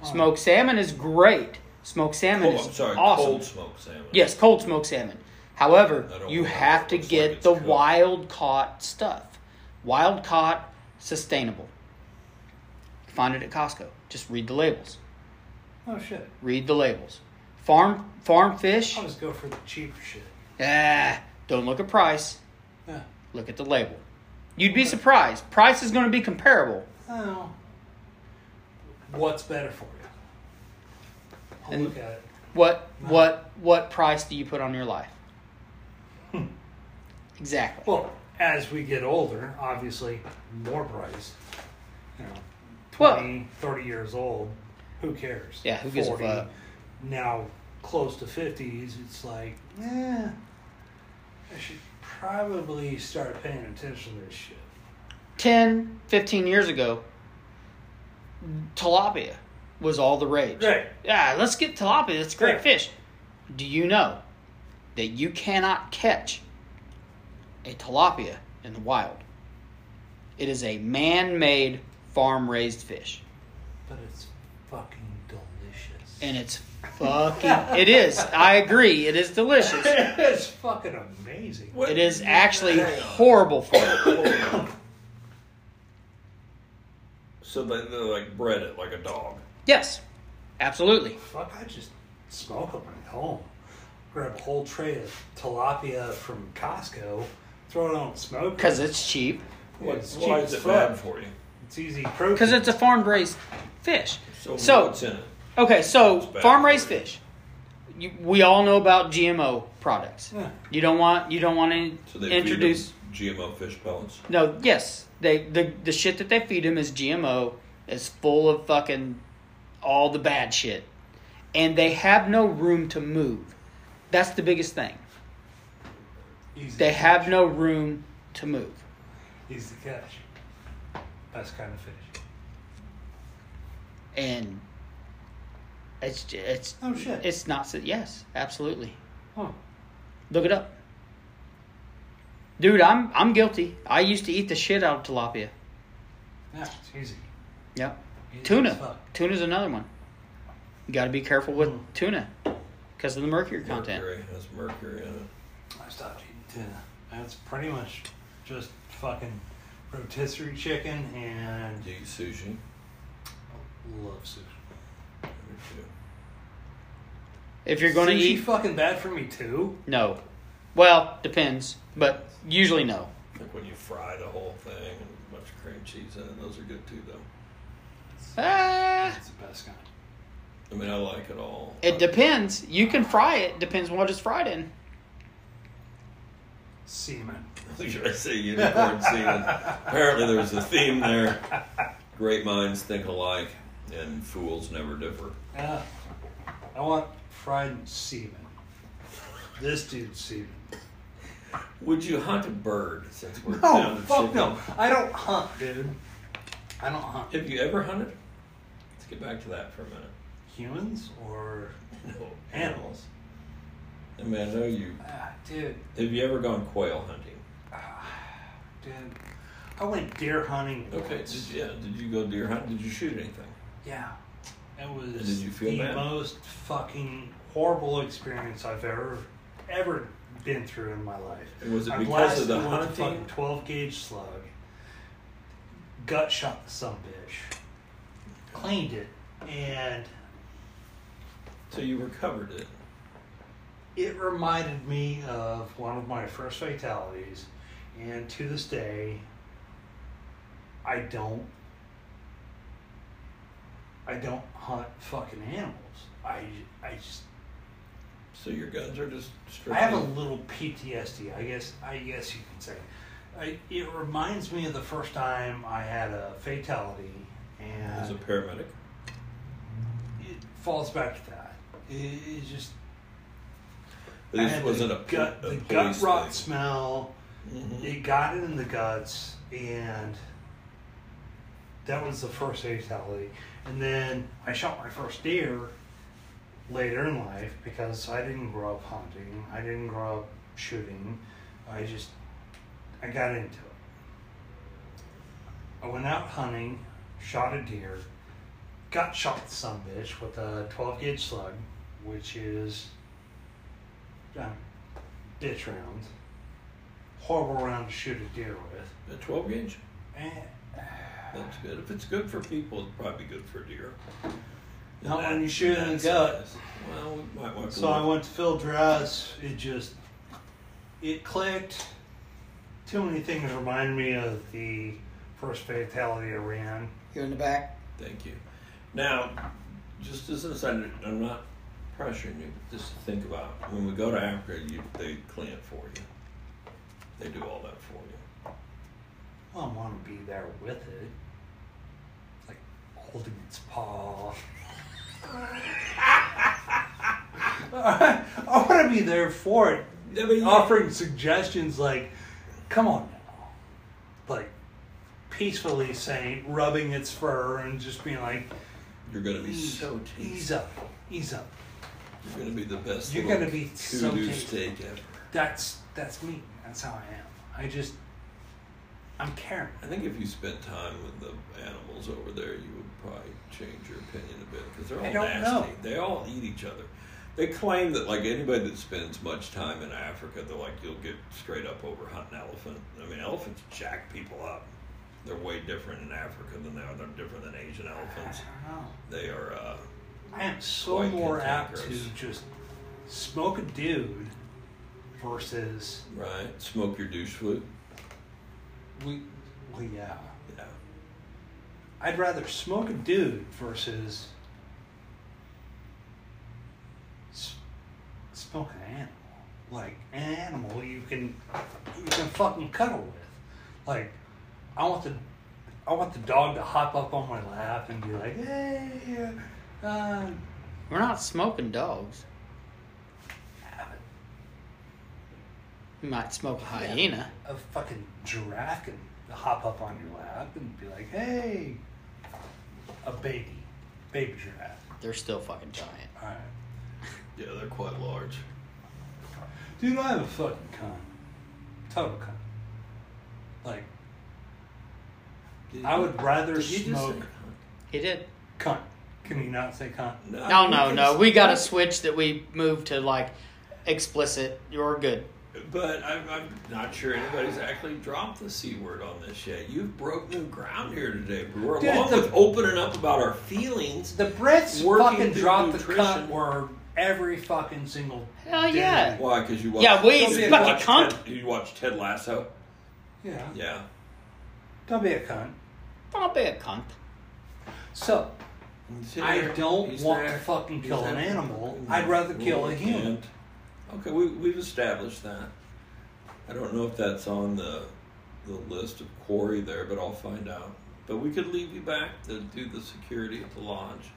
S1: Smoked salmon is great. Smoked salmon
S2: Oh,
S1: is
S2: I'm sorry,
S1: awesome.
S2: cold smoked salmon.
S1: Yes, cold smoked salmon. However,
S2: I don't
S1: you
S2: want
S1: have
S2: it.
S1: to
S2: Looks like
S1: get
S2: it's
S1: the
S2: cooked.
S1: wild caught stuff. Wild caught, sustainable. Find it at Costco. Just read the labels.
S5: Oh shit.
S1: Read the labels. Farm farm fish.
S5: I'll just go for the cheaper shit.
S1: Ah, don't look at price.
S5: Yeah.
S1: Look at the label. You'd be surprised. Price is going to be comparable.
S5: Oh. What's better for you? I'll
S1: And-
S5: look at it.
S1: What what what price do you put on your life? Exactly.
S5: Well, as we get older, obviously, more price. You know,
S1: Well-
S5: 20, 30 years old, who cares?
S1: Yeah, who gives a fuck?
S5: Now, close to 50s, it's like, eh, I should probably start paying attention to this shit.
S1: 10, 15 years ago, tilapia was all the rage.
S5: Right.
S1: Yeah, let's get tilapia. It's a great
S5: Right.
S1: fish. Do you know that you cannot catch a tilapia in the wild? It is a man made farm raised fish.
S5: But it's fucking delicious.
S1: And it's fucking. it is. I agree. It is delicious.
S5: it's fucking amazing.
S2: What-
S1: It is actually horrible for you.
S2: So they, they like bred it like a dog.
S1: Yes, absolutely.
S5: Fuck, I just smoke them at home. Grab a whole tray of tilapia from Costco, throw it on a smoker.
S1: Because it's cheap.
S5: What's
S2: Why
S5: cheap
S2: is
S5: as
S2: it bad
S5: fuck.
S2: for you?
S5: It's easy protein.
S1: Because it's a farm raised fish.
S2: So,
S1: So-
S2: what's in it?
S1: Okay, so
S2: bad
S1: farm
S2: for
S1: raised
S2: you.
S1: fish. You, we all know about GMO products.
S5: Yeah.
S1: You don't want you don't want to
S2: So they
S1: introduce.
S2: feed 'em GMO fish pellets.
S1: No, yes, they the the shit that they feed them is GMO. It's full of fucking all the bad shit, and they have no room to move. That's the biggest thing.
S5: easy
S1: They
S5: catch.
S1: have no room to move.
S5: easy catch. Best kind of fish.
S1: and it's j- it's
S5: Oh, shit.
S1: it's not s- yes absolutely
S5: Huh.
S1: look it up dude i'm i'm guilty i used to eat the shit out of tilapia
S5: Yeah, it's easy.
S1: yep
S5: Easy as
S1: tuna
S5: fuck.
S1: tuna's another one you got to be careful with
S5: Mm.
S1: tuna because of the mercury content
S2: Mercury has mercury in it.
S5: I stopped eating tuna. That's pretty much just fucking rotisserie chicken and
S2: Do you eat sushi?
S5: love sushi.
S2: Me too.
S1: if you're going to
S5: Sushi
S1: eat
S5: fucking bad for me too.
S1: no well depends but usually no
S2: Like when you fry the whole thing and a bunch of cream cheese in it, those are good too, though.
S1: ah,
S5: It's the best kind.
S2: I mean, I like it all.
S1: it depends you can fry it depends what it's fried in
S5: Semen.
S2: Should I say unicorn semen? Apparently, there's a theme there. Great minds think alike, and fools never differ.
S5: Yeah. Ah, I want fried semen. This dude's semen.
S2: Would you hunt a bird since we're down
S5: Oh,
S2: to
S5: fuck
S2: chicken?
S5: no. I don't hunt, dude. I don't hunt.
S2: Have you ever hunted? Let's get back to that for a minute.
S5: Humans or.
S2: No,
S5: Animals.
S2: I mean, I know you.
S5: Ah, dude.
S2: Have you ever gone quail hunting?
S5: Dude. I went deer hunting.
S2: Okay,
S5: once.
S2: did, yeah. Did you go deer hunting? Did you shoot anything?
S5: Yeah. That was
S2: did you feel
S5: the
S2: bad?
S5: most fucking horrible experience I've ever, ever been through in my life.
S2: And was it
S5: I'm
S2: because of the
S5: blasted with a
S2: hunting?
S5: fucking 12 gauge slug. Gut shot the some bitch. Cleaned it. And
S2: So you recovered it.
S5: it reminded me of one of my first fatalities. And to this day, I don't. I don't hunt fucking animals. I, I just
S2: So your guns are just
S5: I
S2: strictly.
S5: have a little PTSD. I guess I guess you can say. I, it reminds me of the first time I had a fatality,
S2: as a
S5: and
S2: paramedic.
S5: it falls back to that. It, it just
S2: But
S5: I
S2: this
S5: had
S2: wasn't
S5: the
S2: a, po-
S5: gut,
S2: a
S5: the
S2: police
S5: gut rot
S2: thing.
S5: smell.
S2: Mhm.
S5: It got it in the guts, and that was the first fatality. And then I shot my first deer later in life because I didn't grow up hunting. I didn't grow up shooting. I just I got into it. I went out hunting, shot a deer, got shot some bitch with a 12 gauge slug, which is um, bitch round, horrible round to shoot a deer with. Eh.
S2: A 12 gauge?
S5: And
S2: That's good. If it's good for people, it's probably good for deer.
S5: Not
S2: That-
S5: when you shoot in the
S2: that's
S5: gut.
S2: nice. Well, we might want to
S5: So I
S2: look.
S5: went to Phil Dry's. It just it clicked. Too many things remind me of the first fatality I ran.
S6: You're in the back.
S2: Thank you. Now, just as an aside, I'm not pressuring you, but just think about it. when we go to Africa, you, they clean it for you. They do all that for you.
S5: Well, Oh, I want to be there with it, like holding its paw. I want to be there for it,
S2: I mean,
S5: offering suggestions like, "Come on now," like peacefully saying, rubbing its fur, and just being like,
S2: You're going to be
S5: Ease-
S2: so
S5: Ease
S2: tasty.
S5: up. Ease up.
S2: You're going to be the best.
S5: You're
S2: little
S5: gonna be so
S2: kudu
S5: tasty.
S2: steak ever.
S5: That's that's me. That's how I am. I just I'm caring.
S2: I think if you spent time with the animals over there, you would probably change your opinion a bit because they're all
S5: I don't
S2: nasty.
S5: know.
S2: They all eat each other. They claim that like anybody that spends much time in Africa, they're like you'll get straight up over hunting elephant. I mean, elephants jack people up. They're way different in Africa than they are. They're different than Asian elephants.
S5: I don't know.
S2: They are. Uh,
S5: I am so
S2: Quite
S5: more apt to
S2: cantankerous.
S5: just smoke a dude versus
S2: Right. Smoke your douche flute.
S5: we well, yeah.
S2: Yeah.
S5: I'd rather smoke a dude versus s- smoke an animal. Like an animal you can you can fucking cuddle with. Like I want the I want the dog to hop up on my lap and be like, hey, uh,
S1: We're not smoking dogs. We might smoke a hyena.
S5: a fucking giraffe can hop up on your lap and be like, hey, a baby, baby giraffe.
S1: They're still fucking giant.
S5: All right,
S2: Yeah, they're quite large.
S5: dude, I have a fucking cunt, total cunt. Like,
S2: Did
S5: I
S2: you-
S5: would rather
S2: did you just say-
S5: smoke-
S1: He did.
S5: cunt. Can you not say cunt?
S1: No,
S2: you
S1: no,
S2: can
S1: no.
S2: say-
S1: We got to switch that we move to like explicit. You're good.
S2: But I'm, I'm not sure anybody's actually dropped the C word on this yet. You've broke new ground here today. But we're
S5: Dude,
S2: along
S5: the-
S2: with opening up about our feelings.
S5: The Brits
S2: Working
S5: fucking
S2: through
S5: drop the
S2: nutrition.
S5: cunt word every fucking single.
S1: Hell
S5: day.
S1: yeah.
S2: Why? Because you watch.
S1: Yeah, we-
S2: Don't be a
S1: fucking
S2: watch
S1: cunt.
S2: Ted, you watch Ted Lasso.
S5: yeah.
S2: Yeah.
S5: Don't be a cunt.
S1: Don't be a cunt.
S5: So I don't
S2: He's
S5: want
S2: there.
S5: to fucking
S2: He's
S5: kill an
S2: there.
S5: animal. I'd rather kill a human.
S2: Okay, we, we've established that. I don't know if that's on the the list of quarry there, but I'll find out. But we could leave you back to do the security at the lodge.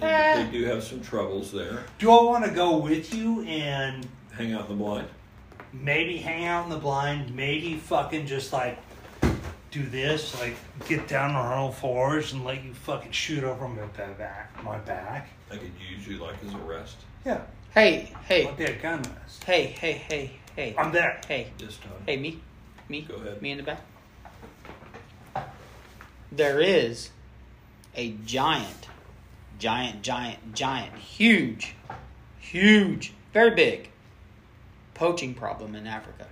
S2: And
S1: Eh.
S2: They do have some troubles there.
S5: Do I want to go with you and
S2: Hang out in the blind.
S5: maybe hang out in the blind? Maybe fucking just like do this, like get down on all fours and let you fucking shoot over my ba- back. My back.
S2: I could use you like as a rest
S5: Yeah.
S1: Hey, hey,
S5: Let that gun rest.
S1: hey, hey, hey, hey,
S5: I'm there.
S1: hey,
S2: this time.
S1: hey, me, me,
S2: Go ahead.
S1: me in the back. There is a giant, giant, giant, giant, huge, huge, very big poaching problem in Africa.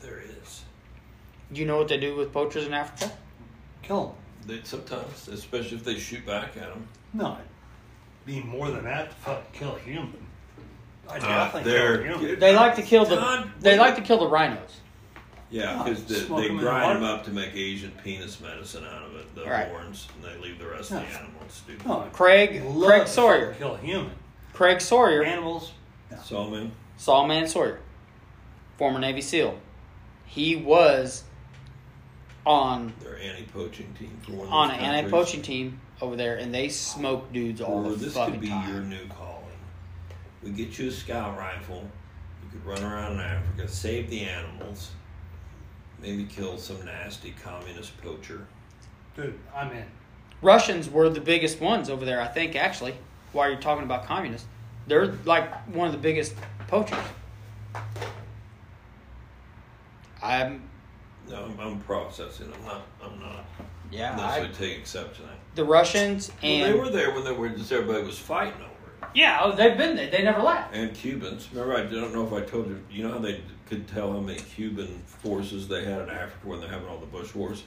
S2: There is.
S1: Do you know what they do with poachers in Africa?
S5: Kill him.
S2: They sometimes, especially if they shoot back at them.
S5: No, I'd be more than that to fucking kill a human. I
S2: Uh, Ah,
S5: definitely kill a human.
S1: They like to kill the
S2: Todd,
S1: they
S2: wait.
S1: like to kill the rhinos.
S2: Yeah,
S5: Yeah,
S2: because
S5: smoke
S2: they
S5: 'em in the
S2: grind them
S5: water.
S2: up to make Asian penis medicine out of it, the
S1: Right.
S2: horns, and they leave the rest of the
S5: Yeah.
S2: animals. Stupid.
S5: No, I'd
S1: Craig
S5: love
S1: Craig
S5: to
S1: Sawyer.
S5: fucking Kill a human.
S1: Craig Sawyer
S5: Animals. No.
S2: Sawman.
S1: Sawman Sawyer, former Navy SEAL. He was on
S2: Their anti-poaching team for one of
S1: on
S2: those
S1: an
S2: countries.
S1: anti-poaching team over there, and they smoke dudes all
S2: Or
S1: the
S2: this
S1: fucking
S2: could be
S1: time.
S2: your new calling. We get you a scout rifle. You could run around in Africa, save the animals, maybe kill some nasty communist poacher.
S5: Dude, I'm in.
S1: Russians were the biggest ones over there, I think. Actually, while you're talking about communists, they're like one of the biggest poachers. I'm
S2: No, I'm, I'm processing. I'm not. I'm not
S1: yeah.
S2: necessarily
S1: I-
S2: taking exception. I,
S1: the Russians and
S2: well, they were there when they were just everybody was fighting over it.
S1: yeah, oh, they've been there. They never left.
S2: And Cubans. Remember, I don't know if I told you. You know how they could tell how many Cuban forces they had in Africa when they're having all the Bush wars.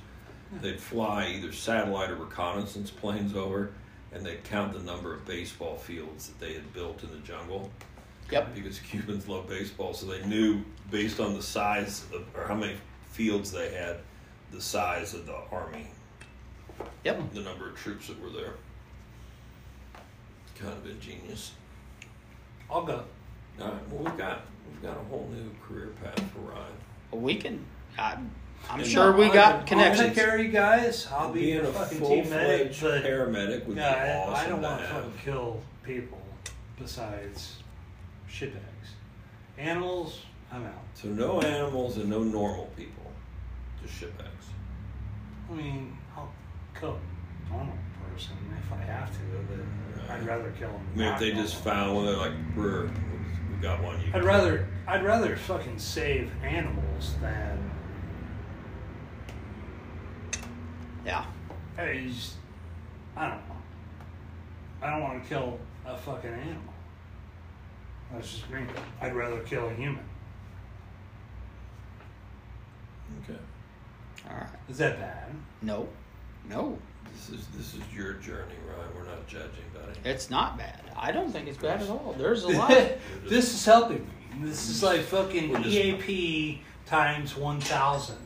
S2: They'd fly either satellite or reconnaissance planes over, and they'd count the number of baseball fields that they had built in the jungle
S6: Yep.
S2: because Cubans love baseball, so they knew based on the size of, or how many fields they had, the size of the army,
S6: Yep.
S2: the number of troops that were there. Kind of ingenious.
S5: I'll go.
S2: All right, well we've got we've got a whole new career path for Ryan.
S1: We can. I, I'm
S2: And
S1: sure we
S2: I-
S1: got
S5: I'll take
S1: connections.
S5: care of you guys. I'll be
S2: Being
S5: your
S2: a
S5: fucking team medic,
S2: full-fledged
S5: but
S2: paramedic would
S5: yeah,
S2: be
S5: I-
S2: awesome
S5: I don't
S2: to
S5: want to
S2: have.
S5: fucking kill people besides shitbags. Animals, I'm out.
S2: So no animals and no normal people, just shitbags.
S5: I mean, I'll kill a normal person if I have to, but I'd rather kill them.
S2: I mean, if they just found one, they're like, "Brr, we got one." You
S5: I'd rather I'd rather fucking save animals than
S1: Yeah.
S5: I, just, I don't know. I don't want to kill a fucking animal. That's just me. I'd rather kill a human.
S2: Okay,
S1: All right.
S5: Is that bad?
S6: No.
S1: Uh, No,
S2: this is this is your journey, Ryan. We're not judging, buddy.
S1: it's not bad. I don't think it's bad at all. There's a lot.
S5: this is helping me. This is like fucking
S2: We're just-
S5: EAP times one thousand.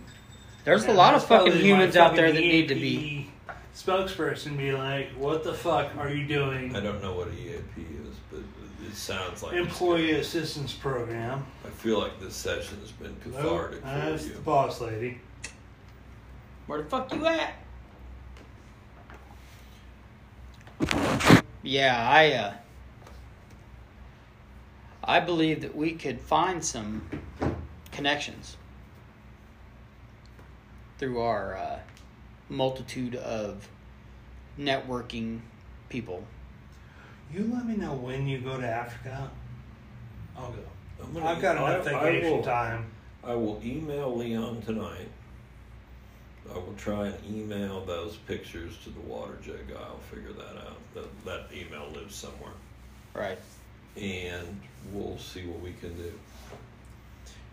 S1: There's a lot of
S5: That's probably
S1: fucking
S5: my
S1: humans out there that
S5: fucking E
S1: need to be.
S5: EAP Spokesperson be like, what the fuck are you doing?
S2: I don't know what EAP is, but it sounds like
S5: Employee assistance program.
S2: I feel like this session has been cathartic
S5: That's
S2: for
S5: the
S2: you.
S5: boss lady.
S1: Where the fuck you at? Yeah, I uh I believe that we could find some connections through our uh, multitude of networking people.
S5: You let me know when you go to Africa. I'll go.
S2: I'm gonna-
S5: I've got enough
S2: I- I
S5: vacation
S2: will-
S5: time.
S2: I will email Leon tonight. I will try and email those pictures to the water jig guy. I'll figure that out. That, that email lives somewhere.
S1: Right.
S2: And we'll see what we can do.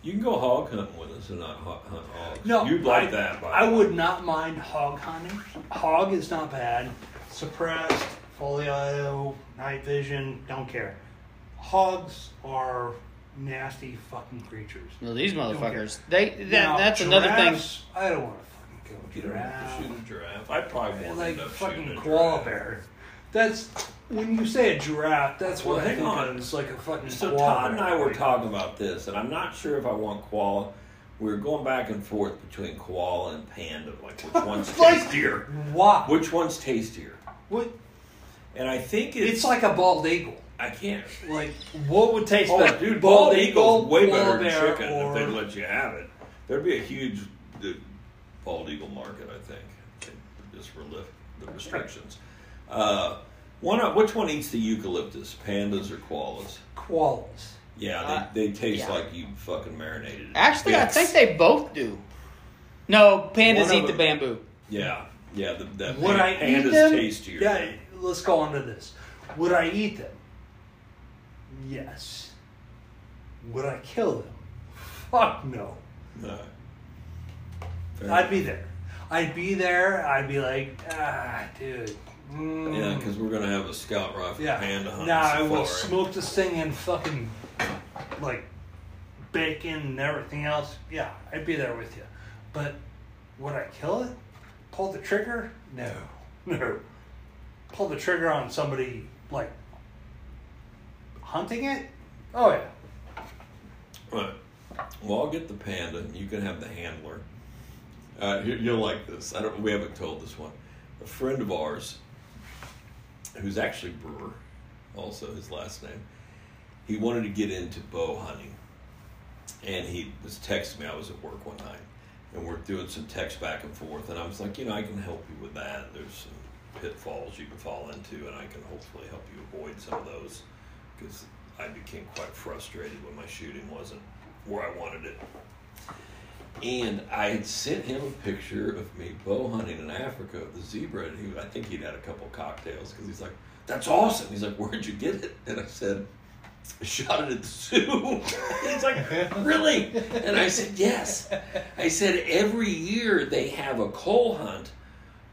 S2: You can go hog hunting with us and not ho- hunt hogs. You'd like
S5: I,
S2: that, by
S5: I
S2: the way.
S5: would not mind hog hunting. Hog is not bad. Suppressed, folio, night vision, don't care. Hogs are nasty fucking creatures.
S1: Well, these motherfuckers. They that,
S5: Now,
S1: that's another thing.
S5: giraffes, I don't want to fucking
S2: You
S5: kill a
S2: don't have
S5: giraffe.
S2: to shoot a giraffe. I probably
S5: They're
S2: won't
S5: like
S2: end up shooting
S5: fucking
S2: a
S5: koala
S2: giraffe.
S5: bear. That's when you say a giraffe. That's what
S2: Well,
S5: I
S2: hang
S5: think
S2: on.
S5: of. It's like a fucking
S2: So
S5: koala
S2: Todd and
S5: bear.
S2: I were talking about this, and I'm not sure if I want koala. We were going back and forth between koala and panda, like which one's
S5: Like-
S2: tastier.
S5: Why?
S2: Which one's tastier?
S5: What?
S2: And I think it's,
S5: It's like a bald eagle.
S2: I can't.
S5: Like what would taste
S2: Oh,
S5: better?
S2: dude, bald, eagle's way
S5: koala
S2: better than
S5: bear,
S2: chicken
S5: or
S2: if they'd let you have it. There'd be a huge uh, bald eagle market, I think. They just relift the restrictions. Uh, one, which one eats the eucalyptus? Pandas or koalas?
S5: koalas. Uh,
S2: Yeah, they, they taste
S1: yeah.
S2: like you fucking marinated. it.
S1: Actually, I
S2: It's-
S1: think they both do. No, pandas
S2: One of
S1: eat the
S2: them-
S1: bamboo.
S2: Yeah, yeah. The, that
S5: Would
S2: pan-
S5: I eat
S2: panda's
S5: them?
S2: tastier.
S5: Yeah. Let's go on to this. Would I eat them? Yes. Would I kill them? Fuck no.
S2: No. Fair
S5: I'd be there. I'd be there. I'd be like, ah, dude.
S2: enough.
S5: Mm.
S2: Yeah, because we're gonna have a scout rifle
S5: Yeah.
S2: panda hunt.
S5: Now I will
S2: safari.
S5: smoke this thing and fucking like bacon and everything else. Yeah, I'd be there with you. But would I kill it? Pull the trigger? No. No. Pull the trigger on somebody like hunting it? Oh yeah.
S2: Right. Well, I'll get the panda, and you can have the handler. Uh, you- you'll like this. I don't. We haven't told this one. A friend of ours, who's actually Brewer, also his last name, he wanted to get into bow hunting, and he was texting me. I was at work one night, and we're doing some text back and forth, and I was like, you know, I can help you with that. There's some pitfalls you can fall into, and I can hopefully help you avoid some of those because I became quite frustrated when my shooting wasn't where I wanted it. And I had sent him a picture of me bow hunting in Africa of the zebra, and he, I think he'd had a couple cocktails because he's like, "That's awesome." He's like, "Where'd you get it?" And I said, shot it at the zoo. He's like, really? And I said, yes. I said, every year they have a coal hunt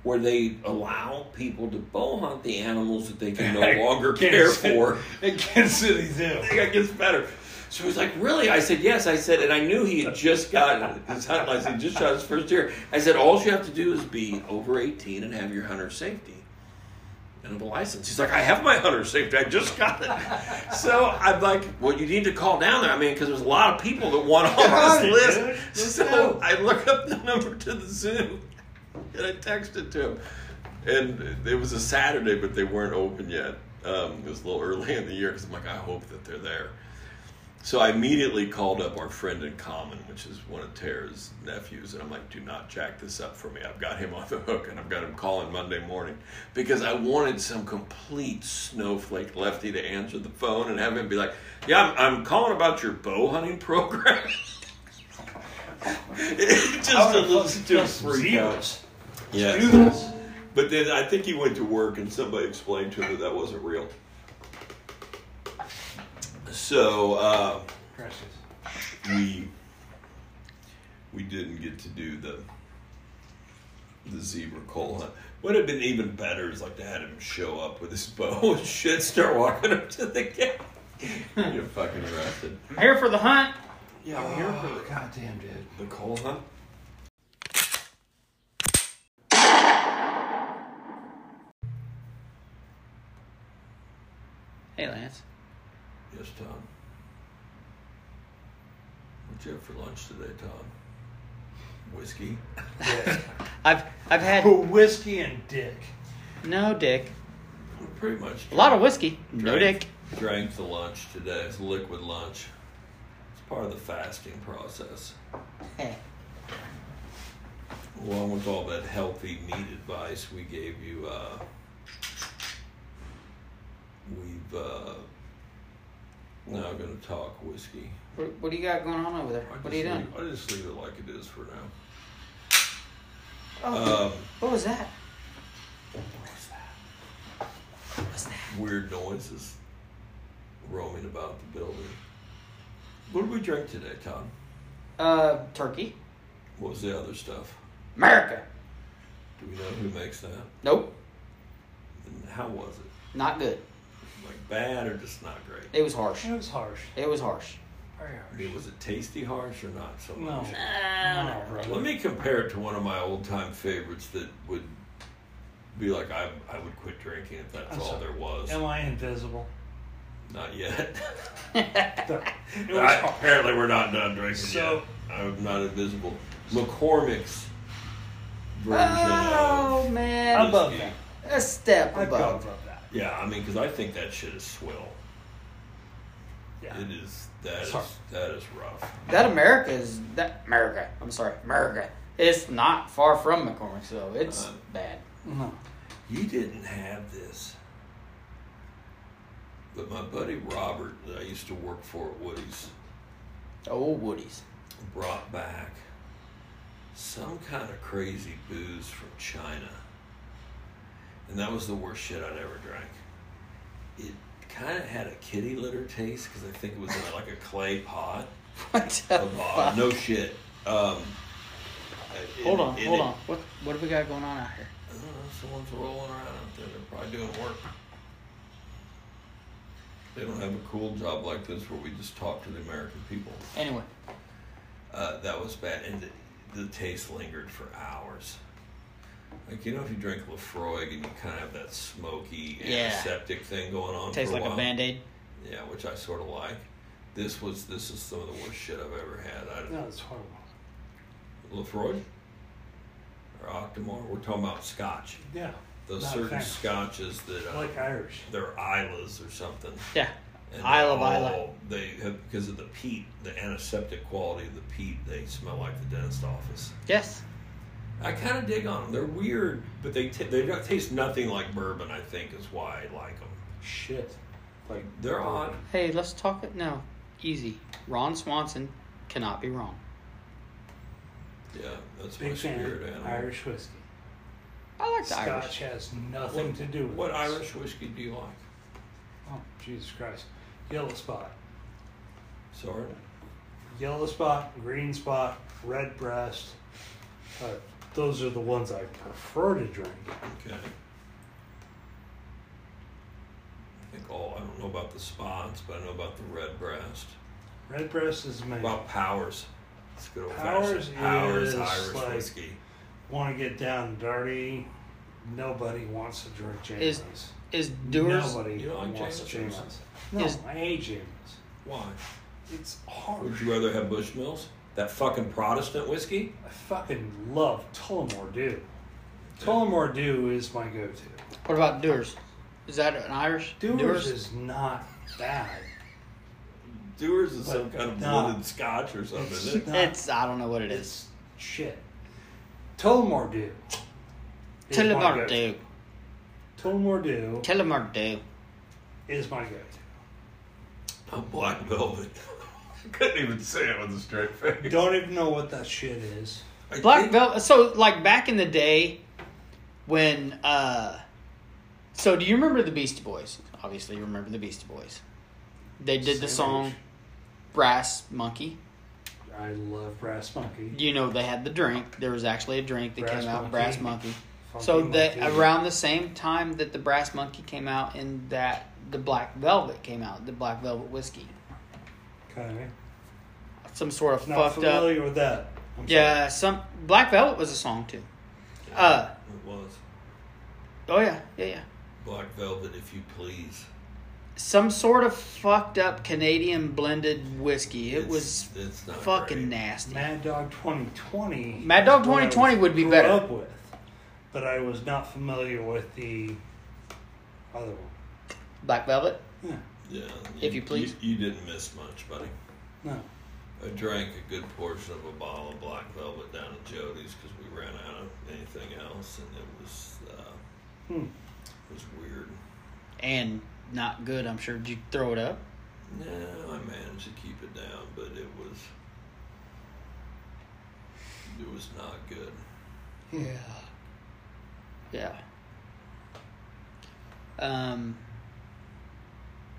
S2: where they allow people to bow hunt the animals that they can no longer care
S5: Kansas-
S2: for.
S5: At Kansas City Zoo.
S2: I think it gets better. So he's like, really? I said, yes. I said, and I knew he had just gotten his hunt license, he just shot his first deer. I said, all you have to do is be over 18 and have your hunter safety and have a license. He's like, I have my hunter safety. I just got it. So I'm like, well, you need to call down there. I mean, because there's a lot of people that want on
S5: Got
S2: this
S5: it,
S2: list.
S5: dude. Let's
S2: so
S5: go.
S2: I look up the number to the zoo and I texted to him. And it was a Saturday, but they weren't open yet. Um, it was a little early in the year because I'm like, I hope that they're there. So I immediately called up our friend in common, which is one of Tara's nephews, and I'm like, "Do not jack this up for me. I've got him on the hook, and I've got him calling Monday morning because I wanted some complete snowflake lefty to answer the phone and have him be like, "Yeah, I'm, I'm calling about your bow hunting program." Just to listen to him freak out.
S5: Zebras.
S2: Yeah.
S5: Zebras.
S2: But then I think he went to work and somebody explained to him that that wasn't real. So uh,
S5: Precious.
S2: we we didn't get to do the the zebra coal hunt. Would have been even better is like to had him show up with his bow and shit, start walking up to the gate. You're fucking arrested.
S1: I'm here for the hunt.
S2: Yeah, we're here for the,
S5: Oh, Goddamn, dude.
S2: the coal hunt.
S1: Hey, Lance.
S2: Yes, Tom. What'd you have for lunch today, Tom? Whiskey.
S1: I've I've
S5: For
S1: had
S5: whiskey and dick.
S1: no dick.
S2: Pretty much.
S1: A lot of whiskey. No
S2: drank-
S1: dick.
S2: Drank the lunch today. It's liquid lunch. It's part of the fasting process. Along with all that healthy meat advice we gave you, uh, we've uh, now going to talk whiskey.
S1: What, what do you got going on over there?
S2: I
S1: What
S2: just
S1: are you doing?
S2: leave- I just leave it like it is for now.
S1: Oh,
S2: Um,
S1: what was that?
S2: weird noises roaming about the building. What did we drink today, Todd?
S1: Uh, turkey.
S2: What was the other stuff?
S1: America.
S2: Do we know who makes that?
S1: Nope.
S2: And how was it?
S1: Not good.
S2: Like bad or just not great?
S1: It was harsh.
S5: It was harsh.
S1: It was harsh.
S5: Very harsh.
S2: I mean, was it tasty harsh or not so
S5: No.
S2: much?
S5: No, brother.
S2: Let me compare it to one of my old time favorites that would be like I, I would quit drinking if that's
S5: I'm
S2: all
S5: sorry.
S2: there was.
S5: Am I invisible?
S2: Not yet.
S5: No. It was
S2: I-
S5: harsh.
S2: apparently, we're not done drinking
S5: So-
S2: yet. I'm not invisible. McCormick's version
S1: Oh
S2: of
S1: man,
S5: Above
S2: whiskey.
S5: that.
S1: a step
S5: I've gone
S1: above.
S5: above that.
S2: Yeah, I mean, because I think that shit is swill.
S5: Yeah.
S2: It is that is
S5: Sorry.
S2: that is rough.
S1: That America is that America. I'm sorry, America. It's not far from McCormick, so it's
S2: Uh,
S1: bad.
S5: No.
S2: You didn't have this. But my buddy Robert, that I used to work for at Woody's,
S1: Oh, Woody's.
S2: brought back some kind of crazy booze from China. And that was the worst shit I'd ever drank. It kind of had a kitty litter taste because I think it was in like a clay pot.
S1: What the
S2: of uh,
S1: fuck?
S2: no shit. Um,
S1: Hold on,
S2: it- it-
S1: hold on. What what do we got going on out here?
S2: I don't know, someone's rolling around out there. They're probably doing work. They don't have a cool job like this where we just talk to the American people.
S1: Anyway,
S2: Uh, that was bad, and the, the taste lingered for hours. Like you know, if you drink Lefroy and you kind of have that smoky
S1: Yeah.
S2: antiseptic thing going on.
S1: tastes
S2: for
S1: like a
S2: while.
S1: band aid.
S2: Yeah, which I sort of like. This was this is some of the worst shit I've ever had. I,
S5: No, it's horrible.
S2: Lefroy or Octomar. We're talking about Scotch.
S5: Yeah.
S2: Those
S5: No,
S2: certain
S5: thanks.
S2: Scotches that uh,
S5: Like Irish.
S2: they're Islas or something.
S1: Yeah,
S2: And
S1: Isle of
S2: they're
S1: Isla.
S2: all- They have because of the peat, the antiseptic quality of the peat. They smell like the dentist office.
S1: Yes.
S2: I kind of dig on them. They're weird, but they t- they don't taste nothing like bourbon. I think is why I like them.
S5: Shit. Like
S2: They're odd.
S1: Hey, let's talk it. No, easy. Ron Swanson cannot be wrong.
S2: Yeah, that's my
S5: big fan.
S2: spirit animal.
S5: Irish whiskey.
S1: I like the
S5: Scotch
S1: Irish.
S5: has nothing
S2: What-
S5: to do with
S2: What
S5: this.
S2: Irish whiskey do you like?
S5: Oh, Jesus Christ. yellow spot,
S2: Sorry.
S5: yellow spot, green spot, red breast. Uh, those are the ones I prefer to drink.
S2: Okay. I think all, I don't know about the spots, but I know about the red breast.
S5: Red breast is my
S2: About Powers. It's good old
S5: Powers
S2: fashioned Powers
S5: is
S2: Irish
S5: like-
S2: whiskey.
S5: want to get down and dirty. Nobody wants to drink Jameis.
S1: Is- Is Dewar's
S5: Nobody
S2: You don't like
S5: wants
S2: Jameis?
S5: Jameis. No,
S1: Is-
S5: I hate Jameis.
S2: Why?
S5: It's hard.
S2: Would you rather have Bushmills? That fucking Protestant whiskey?
S5: I fucking love Tullamore Dew. Tullamore Dew is my go-to.
S1: what about Dewar's? Is that an Irish?
S5: Dewar's is not bad.
S2: Dewar's is some
S5: But
S2: kind of
S5: not-
S2: blended scotch or something,
S5: It's
S2: isn't it?
S5: not-
S1: It's I don't know what it is.
S5: It's shit. Tullamore Dew. is my
S1: Tullamore
S5: go-to.
S1: Dew.
S5: Tullamore Dew
S1: Tullamore Dew.
S5: is my go-to.
S2: A black velvet. I couldn't even say it with a straight face.
S5: Don't even know what that shit is.
S2: I
S1: Black
S2: think-
S1: Velvet. So, like back in the day, when uh, so do you remember the Beastie Boys? Obviously, you remember the Beastie Boys. They did the song
S5: Sandwich.
S1: "Brass Monkey."
S5: I love Brass Monkey.
S1: You know, they had the drink. There was actually a drink that
S5: Brass
S1: came out,
S5: Monkey.
S1: Brass Monkey.
S5: Funky
S1: so that
S5: Monkey.
S1: around the same time that the Brass Monkey came out, and that the Black Velvet came out, the Black Velvet whiskey,
S5: Okay.
S1: some sort of
S5: Not
S1: fucked up.
S5: familiar with that. I'm
S1: Yeah, some Black Velvet was a song too. Uh,
S2: It was.
S1: oh yeah, yeah, yeah.
S2: Black velvet, if you please.
S1: Some sort of fucked up Canadian blended whiskey. It
S2: It's-
S1: was
S2: it's not
S1: fucking
S2: great.
S1: nasty.
S5: Mad Dog 2020.
S1: Mad Dog
S5: is what I
S1: 2020 would be
S5: grew
S1: better.
S5: Up with, but I was not familiar with the other one.
S1: Black Velvet.
S5: Yeah,
S2: Yeah.
S1: If you please.
S2: You, you didn't miss much, buddy.
S5: no.
S2: I drank a good portion of a bottle of black velvet down at Jody's because we ran out of anything else, and it was uh,
S5: Hmm.
S2: it was weird.
S1: And not good, I'm sure. Did you throw it up?
S2: No, I managed to keep it down, but it was it was not good.
S1: Yeah. Yeah. Um,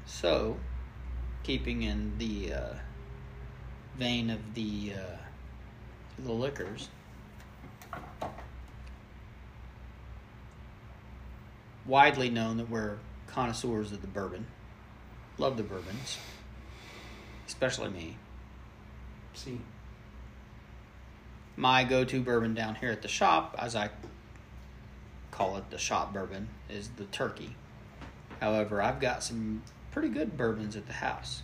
S1: so, keeping in the uh, vein of the uh, the liquors, widely known that we're connoisseurs of the bourbon. Love the bourbons, especially me.
S5: See,
S1: my go-to bourbon down here at the shop, as I call it, the shop bourbon, is the turkey. However, I've got some pretty good bourbons at the house.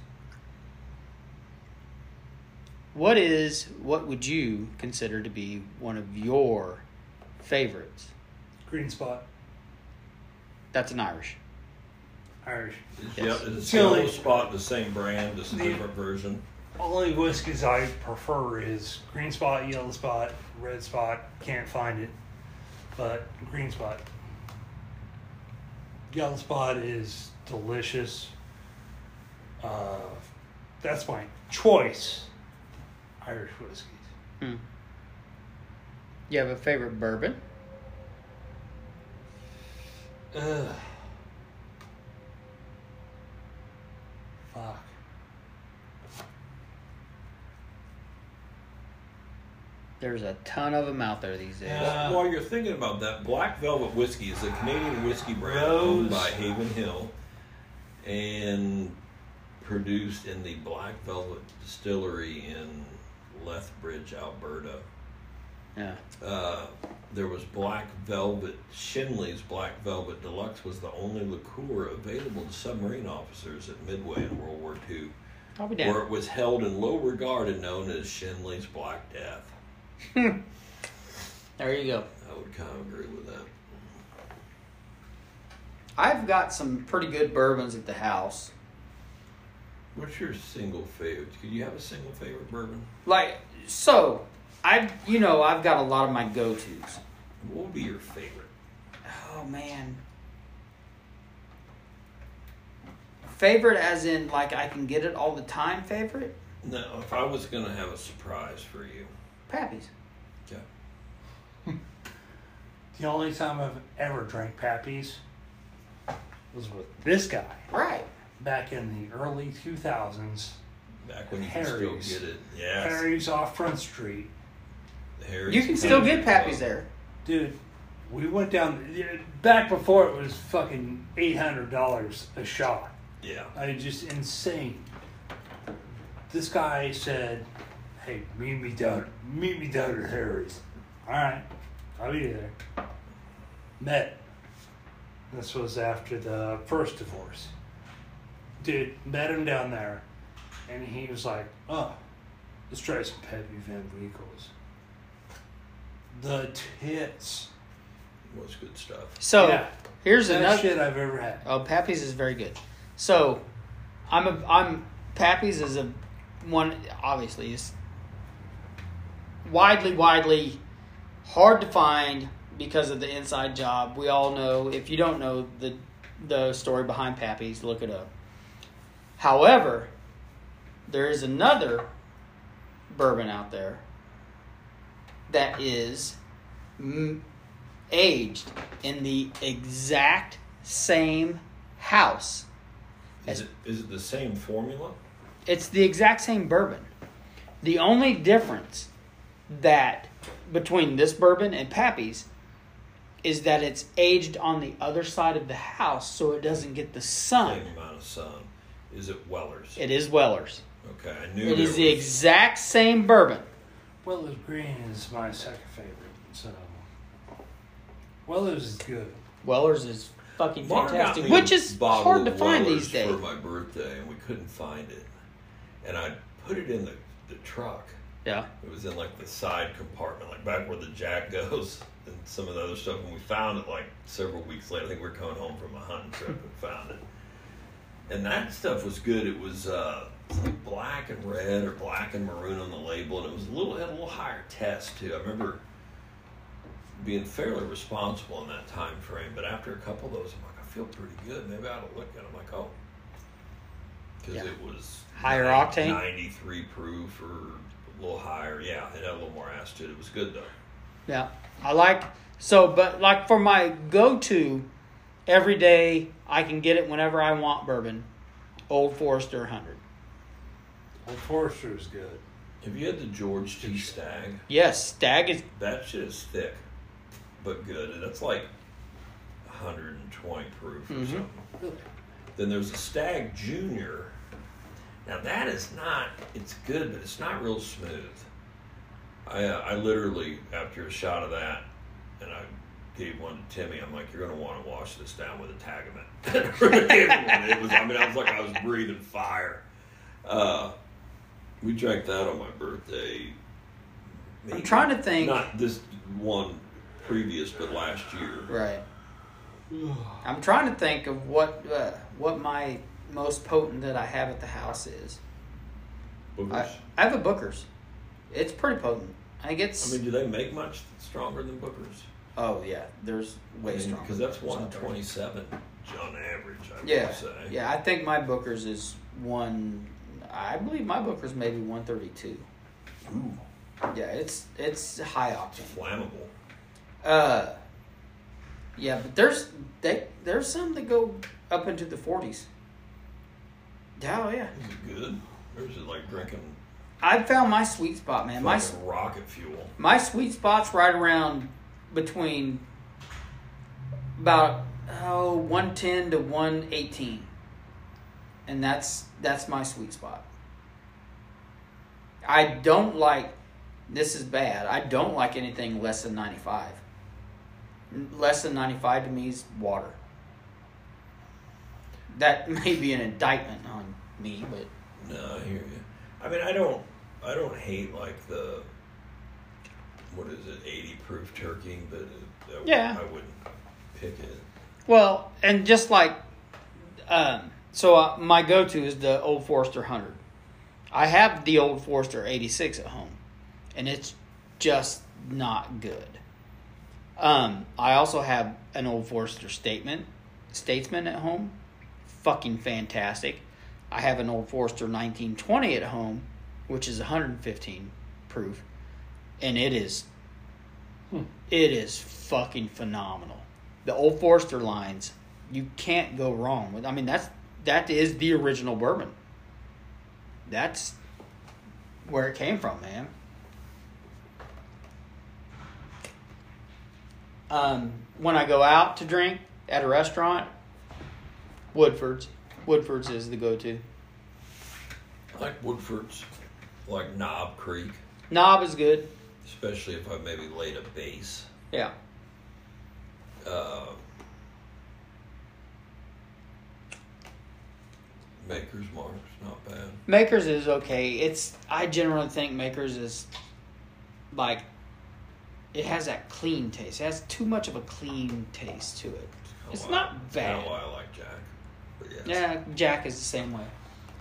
S1: What is what would you consider to be one of your favorites?
S5: green spot,
S1: That's an Irish.
S5: Irish.
S2: Is,
S1: Yes.
S2: yeah, is
S5: The
S2: Yellow
S5: only-
S2: Spot the same brand, just a
S5: The-
S2: different version?
S5: Only whiskeys I prefer is green spot, yellow spot, red spot. Can't find it, but green spot. Yellow spot is delicious. Uh, that's my choice. Irish whiskeys.
S1: Hmm. You have a favorite bourbon?
S5: Ugh. Fuck.
S1: There's a ton of them out there these days.
S5: Yeah.
S2: While you're thinking about that, Black Velvet Whiskey is a Canadian whiskey brand
S5: Rose.
S2: owned by Haven Hill and produced in the Black Velvet Distillery in Lethbridge, Alberta.
S1: Yeah.
S2: Uh, there was Black Velvet, Shinley's Black Velvet Deluxe was the only liqueur available to submarine officers at Midway in World War II,
S1: I'll be down.
S2: where it was held in low regard and known as Shinley's Black Death.
S1: There you go.
S2: I would kind of agree with that.
S1: I've got some pretty good bourbons at the house.
S2: What's your single favorite? Could you have a single favorite bourbon?
S1: Like so, I've you know I've got a lot of my go tos.
S2: What would be your favorite?
S1: Oh man, favorite as in like I can get it all the time. Favorite
S2: No, if I was gonna have a surprise for you.
S1: Pappy's.
S2: Yeah.
S5: The only time I've ever drank Pappy's was with this guy.
S1: Right.
S5: back in the early 2000s.
S2: Back when you could still
S5: Harry's.
S2: get it. Yes.
S5: Harry's off Front Street.
S2: Harry's
S6: You can still
S2: Country
S6: get Pappy's
S2: Club.
S6: there.
S5: Dude, we went down back before it was fucking $800 a shot.
S2: Yeah.
S5: I mean, just insane. This guy said, "Hey, meet me down, meet me down at Harry's." All right, I'll be there. Met. This was after the first divorce. Dude, met him down there, and he was like, "Oh, let's try some Pepe Van Winkles." The tits.
S2: Was good stuff.
S1: So
S5: Yeah.
S1: here's
S5: Best
S1: another.
S5: shit I've ever had.
S1: Oh, Pappy's is very good. So, I'm a I'm Pappy's is a one obviously is widely widely hard to find because of the inside job. We all know. If you don't know the the story behind Pappy's, look it up. However, there is another bourbon out there that is mm, aged in the exact same house.
S2: Is it is it the same formula?
S1: It's the exact same bourbon. The only difference that between this bourbon and Pappy's is that it's aged on the other side of the house so it doesn't get the sun.
S2: Same amount of sun. Is it Weller's?
S1: It is Weller's.
S2: okay, I knew
S1: It
S2: there
S1: is the
S2: was-
S1: exact same bourbon.
S5: Weller's Green is my second favorite. So Weller's is good.
S1: Weller's is fucking
S2: Mark got
S1: fantastic,
S2: me
S1: which
S2: a
S1: is
S2: bottle
S1: hard
S2: of
S1: to find
S2: Weller's
S1: these days.
S2: For my birthday, and we couldn't find it, and I put it in the, the truck.
S1: Yeah.
S2: It was in like the side compartment, like back where the jack goes, and some of the other stuff. And we found it like several weeks later. I think we were coming home from a hunting trip and found it. And that stuff was good. It was uh, it's like black and red or black and maroon on the label, and it was a little had a little higher test too. I remember being fairly responsible in that time frame, but after a couple of those, I'm like, I feel pretty good. Maybe I ought to look at. It. I'm like, oh, because
S1: Yeah.
S2: it was
S1: Higher octane?
S2: 93 proof or a little higher. Yeah, it had a little more ass to it. It was good though.
S1: Yeah, I like so, but like for my go-to, every day I can get it whenever I want bourbon, Old Forester hundred.
S5: Old Forester is good.
S2: Have you had the George T. Stag?
S1: Yes, Stag is
S2: That shit is thick, but good. And That's like 120 proof or
S1: Mm-hmm.
S2: something. Then there's a Stag Junior. Now that is not. It's good, but it's not real smooth. I uh, I literally after a shot of that, and I gave one to Timmy. I'm like, you're gonna want to wash this down with a tagamet. it was. I mean, I was like, I was breathing fire. Uh, we drank that on my birthday. maybe-
S1: trying to think.
S2: Not this one previous, but last year.
S1: right. I'm trying to think of what uh, what my most potent that I have at the house is. I,
S2: Booker's.
S1: I have a Booker's. It's pretty potent. I think
S2: I
S1: it's.
S2: mean, do they make much stronger than Booker's?
S1: oh yeah, there's way stronger.
S2: Because that's
S1: Booker's out there.
S2: 127 on average, I
S1: Yeah,
S2: would say.
S1: yeah. I think my Booker's is one. I believe my Booker's maybe one thirty two.
S2: Ooh,
S1: Yeah, it's it's high octane.
S2: flammable.
S1: Uh, yeah, but there's they there's some that go up into the forties. Oh yeah,
S2: Is it good? Or is it like drinking
S1: I found my sweet spot, man. My s-
S2: fucking rocket fuel?
S1: my sweet spot's right around between about oh 110 to 118 and that's that's my sweet spot i don't like this is bad i don't like anything less than 95 N- less than 95 to me is water that may be an indictment on me but
S2: No, I hear you. I mean, I don't, I don't hate like the, what is it, 80 proof turkey, but it, I would-
S1: Yeah.
S2: I wouldn't pick it.
S1: Well, and just like, um, so uh, my go to is the Old Forester 100. I have the Old Forester 86 at home, and it's just not good. Um, I also have an Old Forester Statement, Statesman at home. Fucking fantastic. I have an Old Forester 1920 at home, which is 115 proof, and it is it is fucking phenomenal. The Old Forester lines, you can't go wrong with. I mean, that's that is the original bourbon. That's where it came from, man. Um, when I go out to drink at a restaurant, Woodford's. Woodford's is the go-to.
S2: I like Woodford's, I like Knob Creek,
S1: Knob is good.
S2: especially if I maybe laid a base.
S1: Yeah.
S2: Uh, Maker's Mark's not bad.
S1: Makers is okay. It's I generally think Makers is like it has that clean taste. It has too much of a clean taste to it. It's
S2: How I-
S1: not bad.
S2: How I like Jack. But yes.
S1: Yeah, Jack is the same way.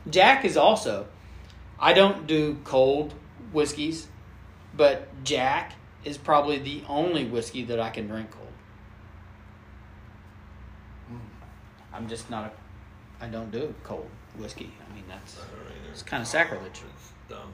S1: Jack is also I don't do cold whiskeys, but Jack is probably the only whiskey that I can drink cold. I'm just not a I don't do cold whiskey. I mean that's
S2: I don't either.
S1: it's kind of sacrilege.
S2: It's dumb.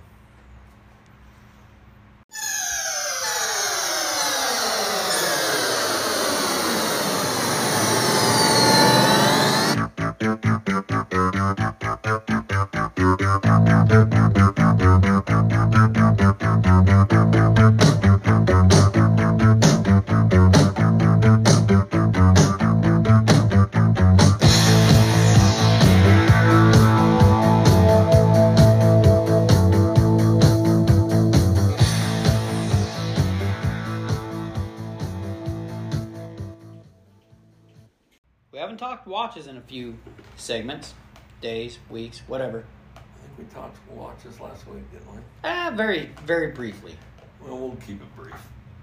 S1: We haven't talked watches in a few segments, days, weeks, whatever.
S2: I think we talked watches last week, didn't we?
S1: Ah, very, very briefly.
S2: Well, we'll keep it brief.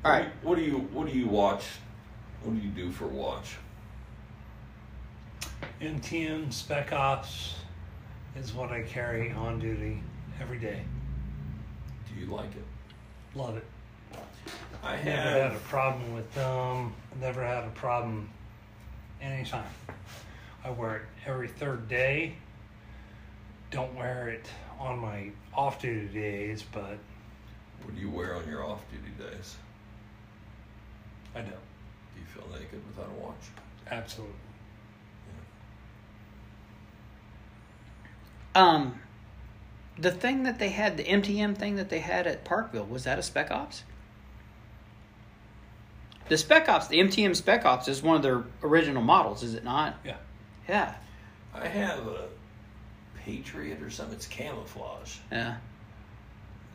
S1: All right.
S2: What do you What do you watch? What do you do for watch?
S5: MTM Spec Ops is what I carry on duty every day.
S2: Do you like it?
S5: Love it.
S2: I
S5: Never had a
S2: have.
S5: problem with them. Never had a problem anytime. I wear it every third day. Don't wear it on my off duty days, but
S2: What do you wear on your off duty days?
S5: I don't.
S2: Do you feel naked without a watch?
S5: Absolutely.
S1: Um, the thing that they had, the MTM thing that they had at Parkville, was that a Spec Ops? The Spec Ops, the MTM Spec Ops, is one of their original models, is it not?
S5: Yeah.
S1: Yeah.
S2: I have a Patriot or something. It's camouflage.
S1: Yeah.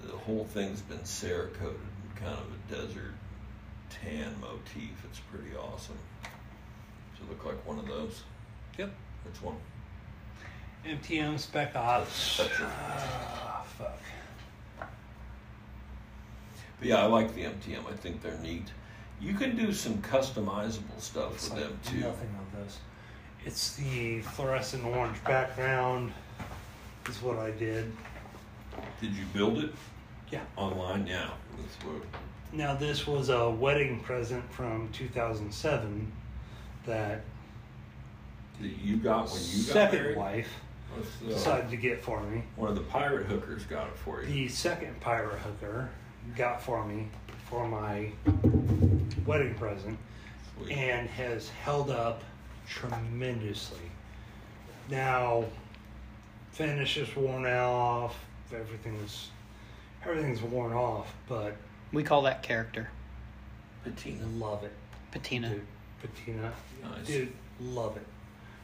S2: The whole thing's been cerakoted, kind of a desert tan motif. It's pretty awesome. Does it look like one of those?
S5: Yep.
S2: Which one?
S5: MTM Spec Ops.
S2: That's it.
S5: Ah, fuck.
S2: But yeah, I like the MTM. I think they're neat. You can do some customizable stuff
S5: It's
S2: with
S5: like
S2: them too.
S5: Nothing of this. It's the fluorescent orange background. Is what I did.
S2: Did you build it
S5: Yeah.
S2: online? Yeah, that's what.
S5: Now, this was a wedding present from 2007 that
S2: That you got when you got
S5: second
S2: married.
S5: wife
S2: What's the-
S5: decided to get for me.
S2: one of the pirate hookers got it for you.
S5: The second pirate hooker got for me for my wedding present
S2: Sweet.
S5: and has held up tremendously. Now, finish is worn off. Everything's everything's worn off, but
S1: We call that character.
S2: patina.
S5: love it.
S1: Patina.
S5: Dude, patina.
S2: Nice.
S5: Dude, love it.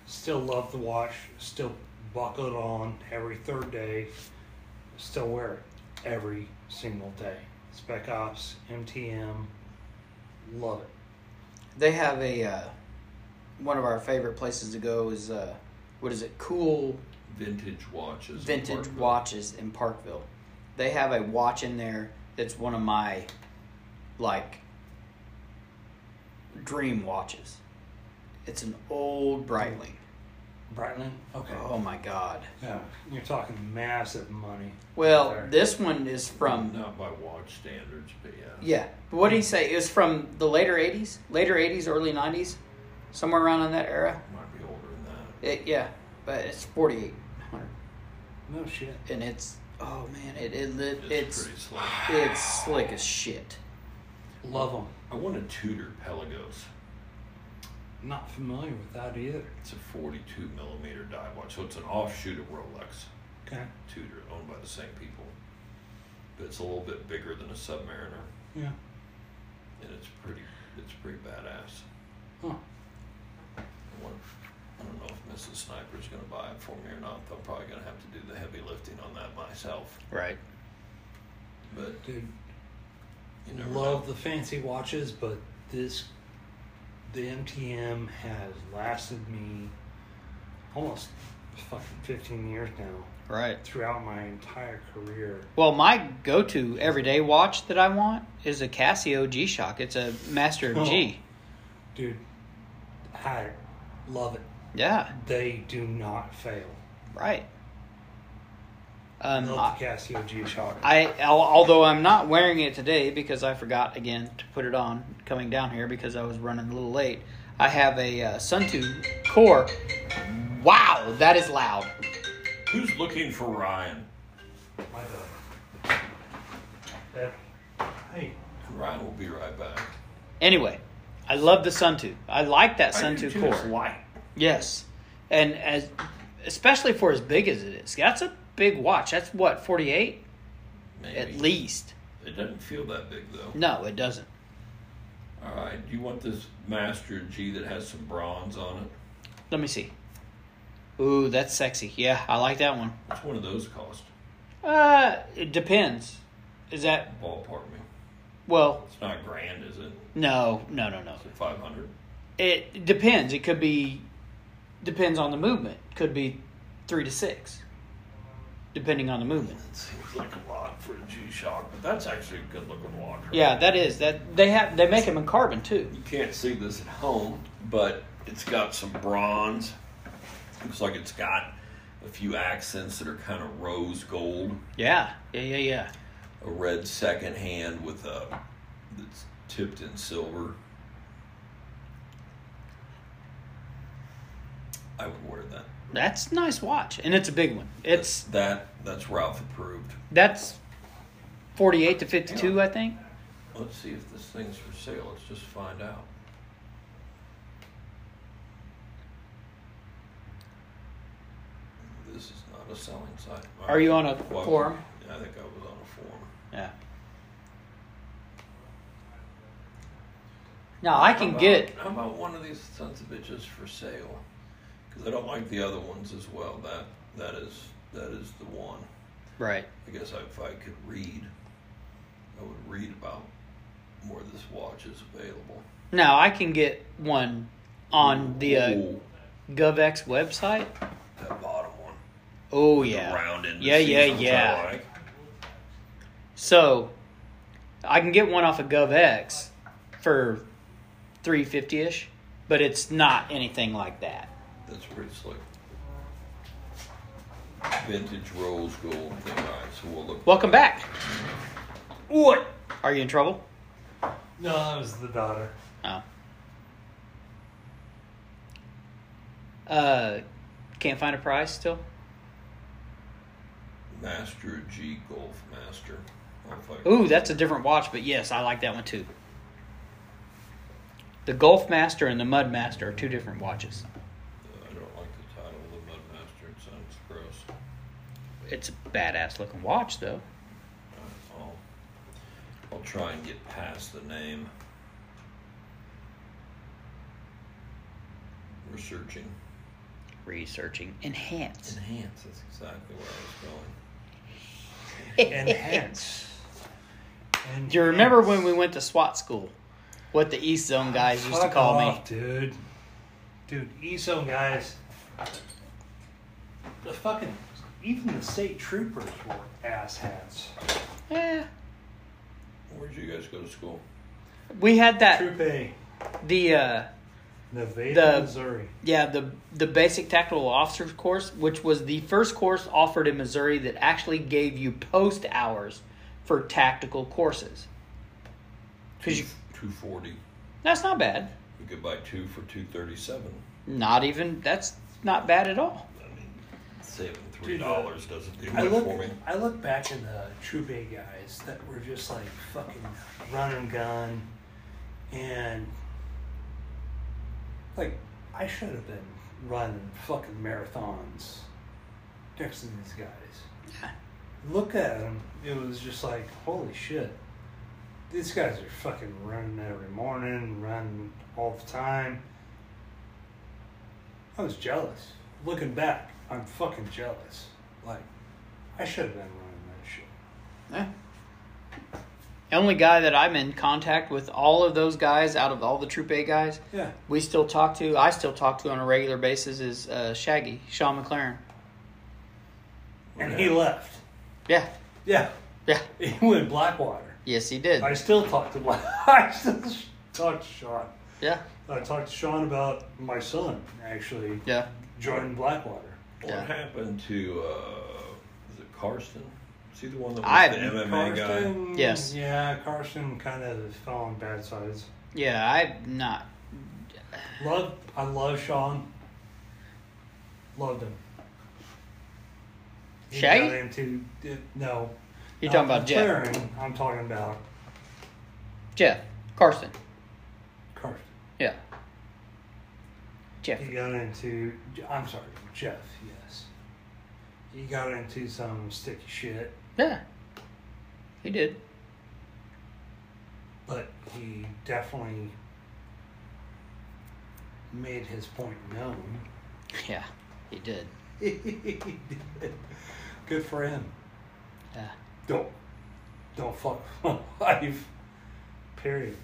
S5: Still love the watch. Still buckle it on every third day. Still wear it every single day. Spec Ops, MTM. Love it.
S1: They have a, uh, one of our favorite places to go is, uh, what is it? Cool
S2: Vintage watches. and
S1: vintage
S2: Parkville.
S1: watches in Parkville. They have a watch in there that's one of my like dream watches. It's an old Breitling.
S5: Brightland? Okay.
S1: Oh my god.
S5: Yeah. You're talking massive money.
S1: Well,
S5: Fair.
S1: this one is from
S2: Not by watch standards, but yeah.
S1: yeah. But what do you say? It was from the later 80s, later 80s, early 90s, somewhere around in that era.
S2: Might be older than that.
S1: It, yeah, but it's 4800
S5: No shit.
S1: and it's oh man, it it, it it's
S2: It's, pretty slick.
S1: it's slick as shit.
S5: Love them.
S2: I want to Tudor Pelagos.
S5: Not familiar with that either.
S2: It's a 42 millimeter dive watch, so it's an offshoot of Rolex
S5: Okay.
S2: Tudor, owned by the same people. But it's a little bit bigger than a Submariner,
S5: Yeah.
S2: and it's pretty. It's pretty badass.
S5: Huh.
S2: I wonder- I don't know if Mrs. Sniper's going to buy it for me or not. I'm probably going to have to do the heavy lifting on that myself.
S1: Right.
S2: But
S5: Dude,
S2: you never
S5: love
S2: know.
S5: the fancy watches, but this, the MTM has lasted me almost fucking 15 years now
S1: Right.
S5: throughout my entire career.
S1: Well, my go-to everyday watch that I want is a Casio G-Shock. It's a Master of
S5: Oh.
S1: G.
S5: Dude, I love it.
S1: Yeah.
S5: They do not fail.
S1: Right.
S5: I
S1: Um,
S5: love the Casio G Shock.
S1: I al- although I'm not wearing it today because I forgot again to put it on coming down here because I was running a little late. I have a uh, Suntu Core. Wow, that is loud.
S2: Who's looking for Ryan?
S5: My bad. That- Hey,
S2: Ryan will be right back.
S1: Anyway, I love the Suntu. I like that
S2: I do
S1: Suntu
S2: too.
S1: Core.
S2: It's light.
S1: Yes, and as especially for as big as it is, that's a big watch. That's what forty eight
S2: Maybe.
S1: at least.
S2: It doesn't feel that big though.
S1: No, it doesn't.
S2: All right. Do you want this Master G that has some bronze on it?
S1: Let me see. Ooh, that's sexy. Yeah, I like that one.
S2: What's one of those cost?
S1: Uh, it depends. Is that
S2: Ballpark me.
S1: well?
S2: It's not grand, is it?
S1: No, no, no, no.
S2: Is it five hundred?
S1: It depends. It could be depends on the movement. Could be three to six, depending on the movement.
S2: It seems like a lot for a G Shock, but that's actually a good looking watch. right?
S1: Yeah, that is that. They have they make them in carbon too.
S2: You can't see this at home, but it's got some bronze. Looks like it's got a few accents that are kind of rose gold.
S1: Yeah, yeah, yeah, yeah.
S2: A red second hand with a that's tipped in silver. I would wear that.
S1: That's a nice watch, and it's a big one. It's
S2: that that's Ralph approved.
S1: that's forty-eight to fifty-two, I think.
S2: Let's see if this thing's for sale. Let's just find out. This is not a selling site.
S1: Are you on a
S2: Well,
S1: forum?
S2: Yeah, I think I was on a forum.
S1: Yeah. Now I
S2: How
S1: can
S2: about-
S1: get
S2: How about one of these sons of bitches for sale? Because I don't like the other ones as well. That that is that is the one.
S1: right.
S2: I guess if I could read, I would read about where this watch is available.
S1: Now I can get one on the uh,
S2: Ooh,
S1: GovX website.
S2: that bottom one.
S1: Oh
S2: the
S1: yeah.
S2: round end.
S1: Yeah, yeah, yeah. So I can get one off of GovX for three fifty ish, but it's not anything like that.
S2: That's pretty slick. Vintage rose gold thing. All right, so we'll look.
S1: Welcome back. What? Are you in trouble?
S5: no, that was the daughter.
S1: Oh. Uh, can't find a price still.
S2: Master G Golf Master. I'll fuck-
S1: Ooh, that's a different watch, but yes, I like that one too. The Golf Master and the Mud Master are two different watches.
S2: uh, I don't like the title of the Mudmaster. It sounds gross.
S1: It's a badass looking watch though.
S2: Uh, I'll, I'll try and get past the name. Researching.
S1: Researching enhance.
S2: Enhance. That's exactly where I was going.
S5: Enhance. And
S1: Do you remember when we went to SWAT school? What the East Zone guys used to call me.
S5: dude? Dude, ESO guys. The fucking even the state troopers were asshats.
S1: Yeah.
S2: Where'd you guys go to school?
S1: We had that
S5: Troop A,
S1: the uh The-
S5: Nevada, Missouri.
S1: Yeah, the the basic tactical officers course, which was the first course offered in Missouri that actually gave you post hours for tactical courses. Cause you,
S2: Two forty.
S1: that's not bad.
S2: You could buy two for two thirty-seven.
S1: Not even that's not bad at all.
S2: I mean, saving three
S5: Dude,
S2: dollars doesn't do
S5: I
S2: much
S5: look,
S2: for me.
S5: I look back at the Troop A guys that were just like fucking run and gun, and Like, I should have been running fucking marathons next to these guys.
S1: Yeah.
S5: Look at them. It was just like, holy shit. These guys are fucking running every morning, running all the time. I was jealous. Looking back, I'm fucking jealous. Like, I should have been running that shit.
S1: Yeah. The only guy that I'm in contact with, all of those guys out of all the Troop A guys,
S5: Yeah.
S1: we still talk to, I still talk to on a regular basis is uh, Shaggy, Sean McLaren.
S5: And he left.
S1: Yeah,
S5: Yeah.
S1: yeah.
S5: He went Blackwater.
S1: Yes, he did.
S5: I still talk to Black. I still talk to Sean.
S1: Yeah,
S5: I talked to Sean about my son actually
S1: yeah.
S5: joining Blackwater.
S2: What
S1: Yeah.
S2: happened to uh, is it Karsten? Is he the one that was
S1: I've-
S2: the MMA guy?
S5: Carson,
S1: Yes.
S5: Yeah, Carson kind of fell on bad sides.
S1: Yeah, I'm not.
S5: Love, I love Sean. Loved him. He
S1: Shaggy?
S5: got into it- no.
S1: You're
S5: Not
S1: talking about Jeff.
S5: McLaren, I'm talking about
S1: Jeff. Carson.
S5: Carson.
S1: Yeah. Jeff.
S5: He got into. I'm sorry, Jeff. Yes. He got into some sticky shit.
S1: Yeah. He did.
S5: but he definitely made his point known.
S1: Yeah, he did.
S5: Good for him.
S1: Yeah.
S5: Don't don't fuck with my wife. Period.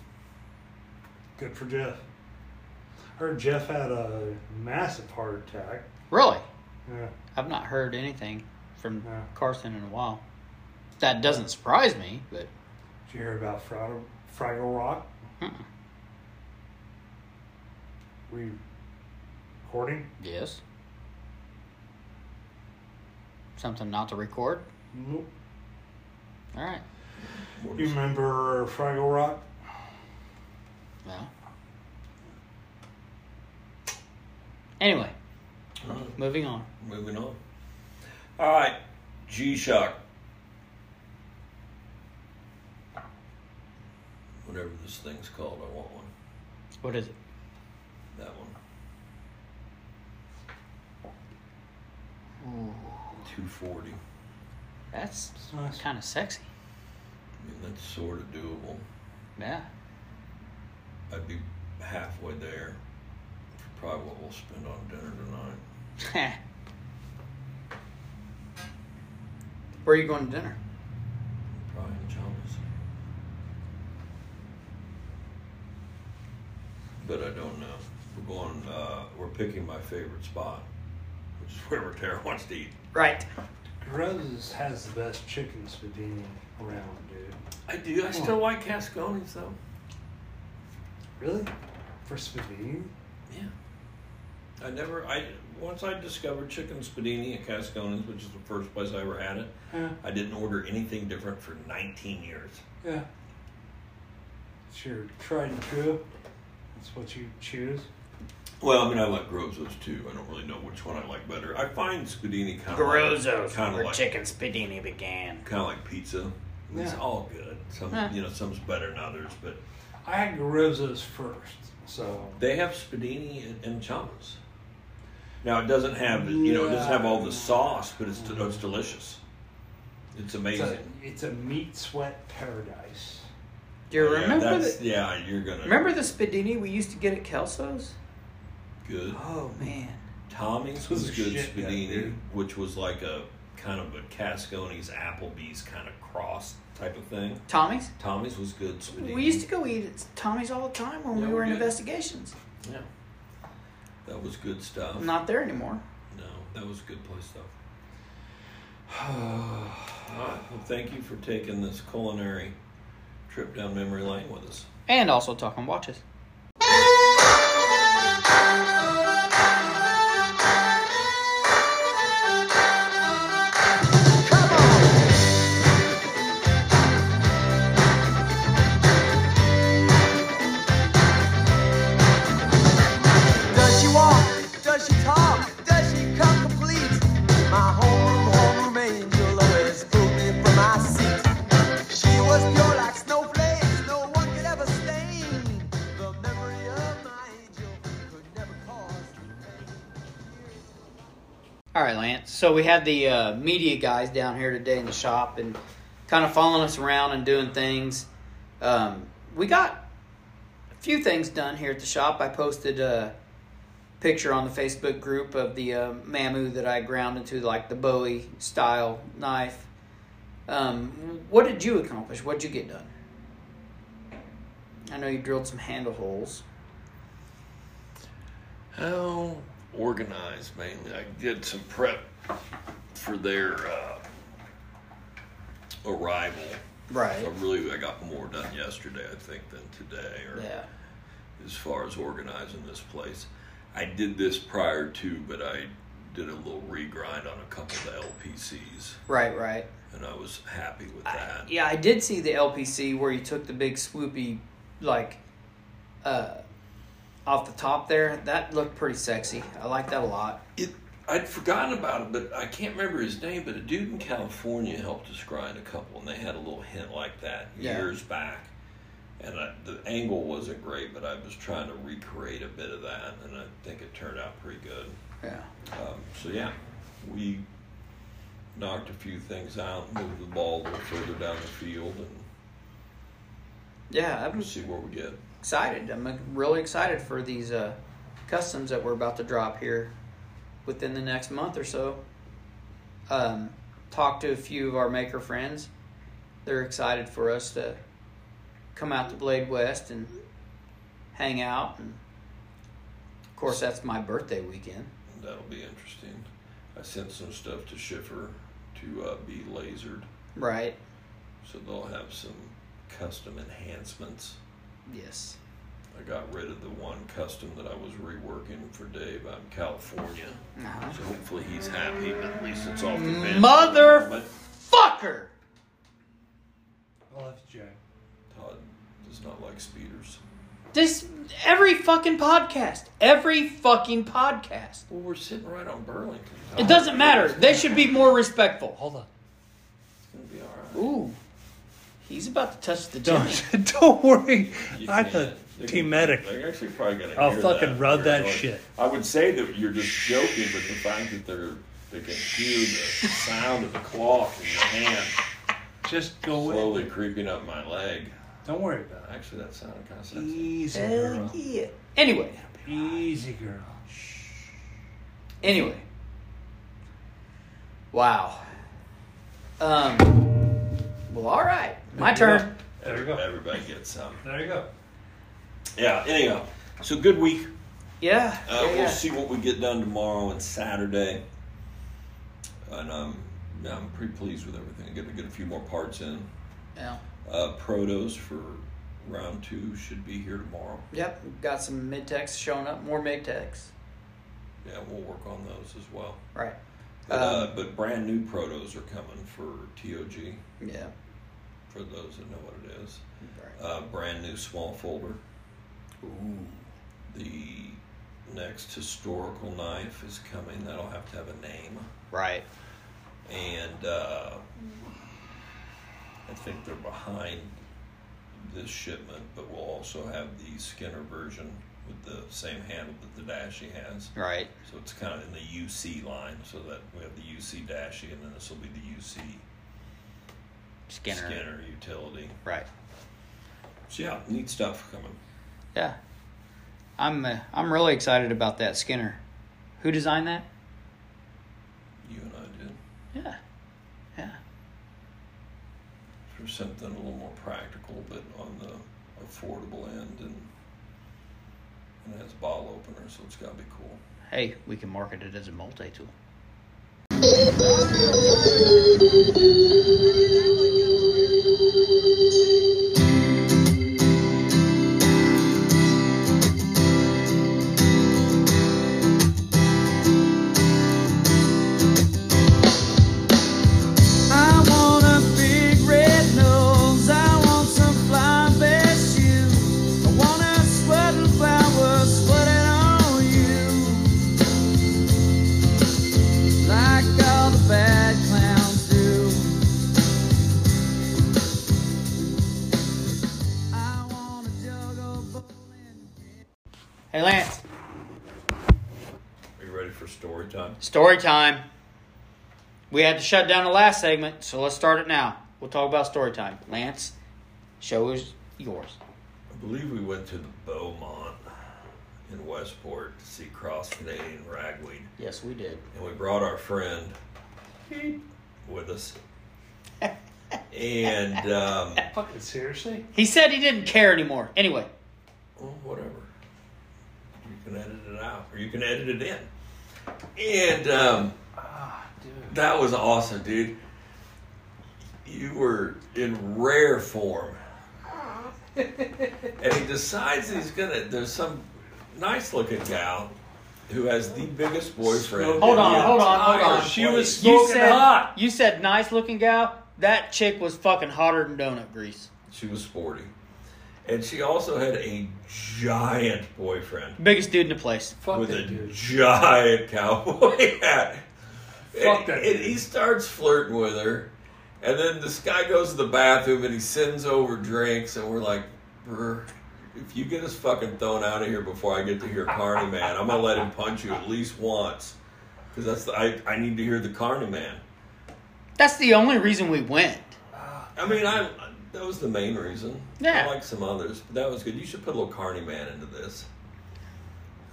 S5: Good for Jeff. Heard Jeff had a massive heart attack.
S1: Really?
S5: Yeah.
S1: I've not heard anything from
S5: No.
S1: Carson in a while. That doesn't surprise me, but
S5: Did you hear about Fraggle, Fraggle Rock?
S1: Mm-mm.
S5: We recording?
S1: yes. Something not to record?
S5: Nope.
S1: All right.
S2: What
S5: You
S2: is-
S5: remember Fraggle Rock?
S1: Well. Anyway,
S2: Uh,
S1: moving on.
S2: moving on. All right, G Shock. Whatever this thing's called, I want one.
S1: What is it?
S2: That one. Two forty.
S1: That's
S5: It's nice.
S1: kind of sexy.
S2: I mean, that's sort of doable.
S1: Yeah.
S2: I'd be halfway there. for Probably what we'll spend on dinner tonight.
S1: Where are you going to dinner?
S2: Probably in Chalmers. But I don't know. We're going. Uh, we're picking my favorite spot, which is wherever Tara wants to eat.
S1: Right.
S5: Groves has the best chicken spaghetti around, dude.
S2: I do. I
S5: still
S2: like Cascones though.
S5: Really? For spaghetti?
S2: Yeah. I never. I once I discovered chicken spadini at Cascones, which is the first place I ever had it.
S5: Yeah.
S2: I didn't order anything different for 19 years.
S5: Yeah. It's your tried and true. That's what you choose.
S2: Well, I mean, I like Grozos too. I don't really know which one I like better. I find spadini kind of
S1: Grozos,
S2: kind of
S1: where
S2: like
S1: chicken spadini began.
S2: kind of like pizza. It's
S5: Yeah.
S2: all good. Some
S1: Yeah.
S2: you know, some's better than others, but
S5: I had Groves first, so
S2: they have spadini and, and chamas. Now it doesn't have you know it doesn't have all the sauce, but it's de- it's delicious. It's
S5: it's
S2: amazing.
S5: a, it's a meat sweat paradise.
S6: Do you
S2: Oh, Yeah,
S6: remember
S2: that's-
S6: the
S2: yeah, you're gonna
S6: remember the spadini we used to get at Kelso's?
S2: good.
S6: Oh man,
S2: Tommy's
S5: This
S2: was
S5: is
S2: good
S5: shit, yeah,
S2: spadini,
S5: dude.
S2: which was like a kind of a Cascone's Applebee's kind of cross type of thing.
S1: Tommy's?
S2: Tommy's was good spadini.
S6: we used to go eat at Tommy's all the time when
S2: Yeah,
S6: we
S2: we
S6: were in
S2: did.
S6: investigations.
S2: yeah, that was good stuff.
S6: I'm not there anymore.
S2: No, that was a good place though. All right, well, thank you for taking this culinary trip down memory lane with us.
S1: And also talking watches.
S3: Does she walk? Does she talk? Does she come complete? My homeroom, homeroom angel always pulled me from my seat. She was pure like snowflakes, no one could ever stain the
S1: All right, Lance. So we had the uh, media guys down here today in the shop and kind of following us around and doing things. Um, we got a few things done here at the shop. I posted a picture on the Facebook group of the uh, Mamu that I ground into like the Bowie style knife. Um, what did you accomplish? What did you get done? I know you drilled some handle holes.
S2: How organized, mainly. I did some prep for their uh, arrival. I
S1: Right.
S2: really I got more done yesterday, I think, than today, or
S6: Yeah.
S2: as far as organizing this place. I did this prior to, but I did a little regrind on a couple of the LPCs,
S1: Right, right.
S2: and I was happy with that.
S1: Yeah, I did see the LPC where you took the big swoopy, like, uh, off the top there. That looked pretty sexy. I like that a lot.
S2: It, I'd forgotten about it, but I can't remember his name. But a dude in California helped us grind a couple, and they had a little hint like that
S1: Yeah.
S2: years back. And I, the angle wasn't great, but I was trying to recreate a bit of that, and I think it turned out pretty good.
S1: Yeah.
S2: Um, so yeah, we knocked a few things out, moved the ball a little further down the field, and
S1: Yeah, I'm
S2: we'll see where we get.
S1: excited. I'm really excited for these uh, customs that we're about to drop here within the next month or so. Um, talked to a few of our maker friends. They're excited for us to come out to Blade West and hang out. And of course, that's my birthday weekend.
S2: That'll be interesting. I sent some stuff to Schiffer to uh, be lasered.
S1: Right.
S2: So they'll have some custom enhancements.
S1: Yes.
S2: I got rid of the one custom that I was reworking for Dave out in California.
S1: Uh-huh.
S2: So hopefully he's happy, but at least it's off the bench.
S1: Mother-
S2: But
S1: Fucker.
S5: I left Jack.
S2: Todd does not like speeders.
S1: This every fucking podcast. Every fucking podcast.
S2: Well, we're sitting right on Burlington.
S1: It doesn't matter. They should be more respectful.
S5: Hold on.
S2: It's gonna be all right.
S1: Ooh, he's about to touch the jimmy.
S7: Don't, don't worry.
S2: You
S7: I'm
S2: can't.
S7: a
S2: They're
S7: team
S2: gonna-
S7: medic.
S2: They're actually probably gonna.
S7: I'll
S2: hear
S7: fucking
S2: that
S7: rub
S2: They're
S7: that
S2: going-
S7: shit.
S2: I would say that you're just joking, but the fact that they're they can hear the sound of the cloth in your hand
S5: Just go in.
S2: slowly creeping up my leg.
S5: Don't worry about it.
S2: Actually, that sounded kind of sexy.
S5: Easy girl.
S6: yeah.
S1: Anyway,
S5: Easy girl.
S1: anyway. Wow. Um. Well, all right. My turn.
S5: There you go.
S2: Everybody gets some.
S5: There you go.
S2: Yeah. Anyhow, so good week.
S1: Yeah.
S2: Uh,
S1: yeah,
S2: We'll
S1: yeah.
S2: see what we get done tomorrow and Saturday. And um, yeah, I'm pretty pleased with everything. I'm gonna get a few more parts in.
S1: Yeah.
S2: Uh, protos for round two should be here tomorrow.
S1: Yep. we've Got some mid techs showing up. More mid techs.
S2: Yeah, we'll work on those as well.
S1: Right.
S2: But, uh,
S1: Um,
S2: but brand new protos are coming for TOG,
S1: Yeah.
S2: for those that know what it is.
S1: Right.
S2: Uh, brand new small folder. The next historical knife is coming. That'll have to have a name.
S1: Right.
S2: And uh, I think they're behind this shipment, but we'll also have the Skinner version with the same handle that the Dashi has.
S1: Right.
S2: So it's kind of in the UC line, so that we have the UC dashy, and then this will be the UC
S1: Skinner.
S2: scanner utility.
S1: Right.
S2: So yeah, neat stuff coming.
S1: Yeah. I'm uh, I'm really excited about that Skinner. Who designed that?
S2: You and I did
S1: Yeah. Yeah.
S2: for something a little more practical, but on the affordable end, and and it has a bottle opener, so it's got to be cool.
S1: Hey, we can market it as a multi tool.
S8: I want a big red nose. I want some fly best shoes. I want a sweating flower sweating on you. Like all the bad clowns do. I want a jug of bowling.
S1: Hey, Lance.
S2: Are you ready for for story time?
S1: Story time. We had to shut down the last segment, so let's start it now. We'll talk about story time. Lance, show is yours.
S2: I believe we went to the Beaumont in Westport to see Cross Canadian Ragweed,
S6: Yes, we did.
S2: and we brought our friend with us. And um,
S5: Fucking seriously?
S1: He said he didn't care anymore. Anyway,
S2: well, whatever, you can edit it out or you can edit it in. And um,
S5: Ah, dude.
S2: that was awesome, dude. You were in rare form. and he decides he's gonna. There's some nice looking gal who has the biggest boyfriend.
S1: hold on,
S2: in the
S1: hold on, hold
S2: entire
S1: on.
S5: She was
S2: place.
S1: you
S5: smoking
S1: said
S5: hot.
S1: you said nice looking gal. That chick was fucking hotter than donut grease.
S2: She was sporty, and she also had a giant boyfriend
S1: Biggest dude in the place.
S5: Fuck
S2: with a
S5: that dude.
S2: giant cowboy hat.
S5: Fuck
S2: and,
S5: that
S2: and
S5: dude.
S2: he starts flirting with her, and then this guy goes to the bathroom and he sends over drinks, and we're like, "Brr, if you get us fucking thrown out of here before I get to hear Carney Man, I'm gonna let him punch you at least once, because that's the, I I need to hear the Carney Man.
S1: That's the only reason we went.
S2: I mean, I that was the main reason.
S1: Yeah.
S2: I like some others, but that was good. You should put a little Carney Man into this.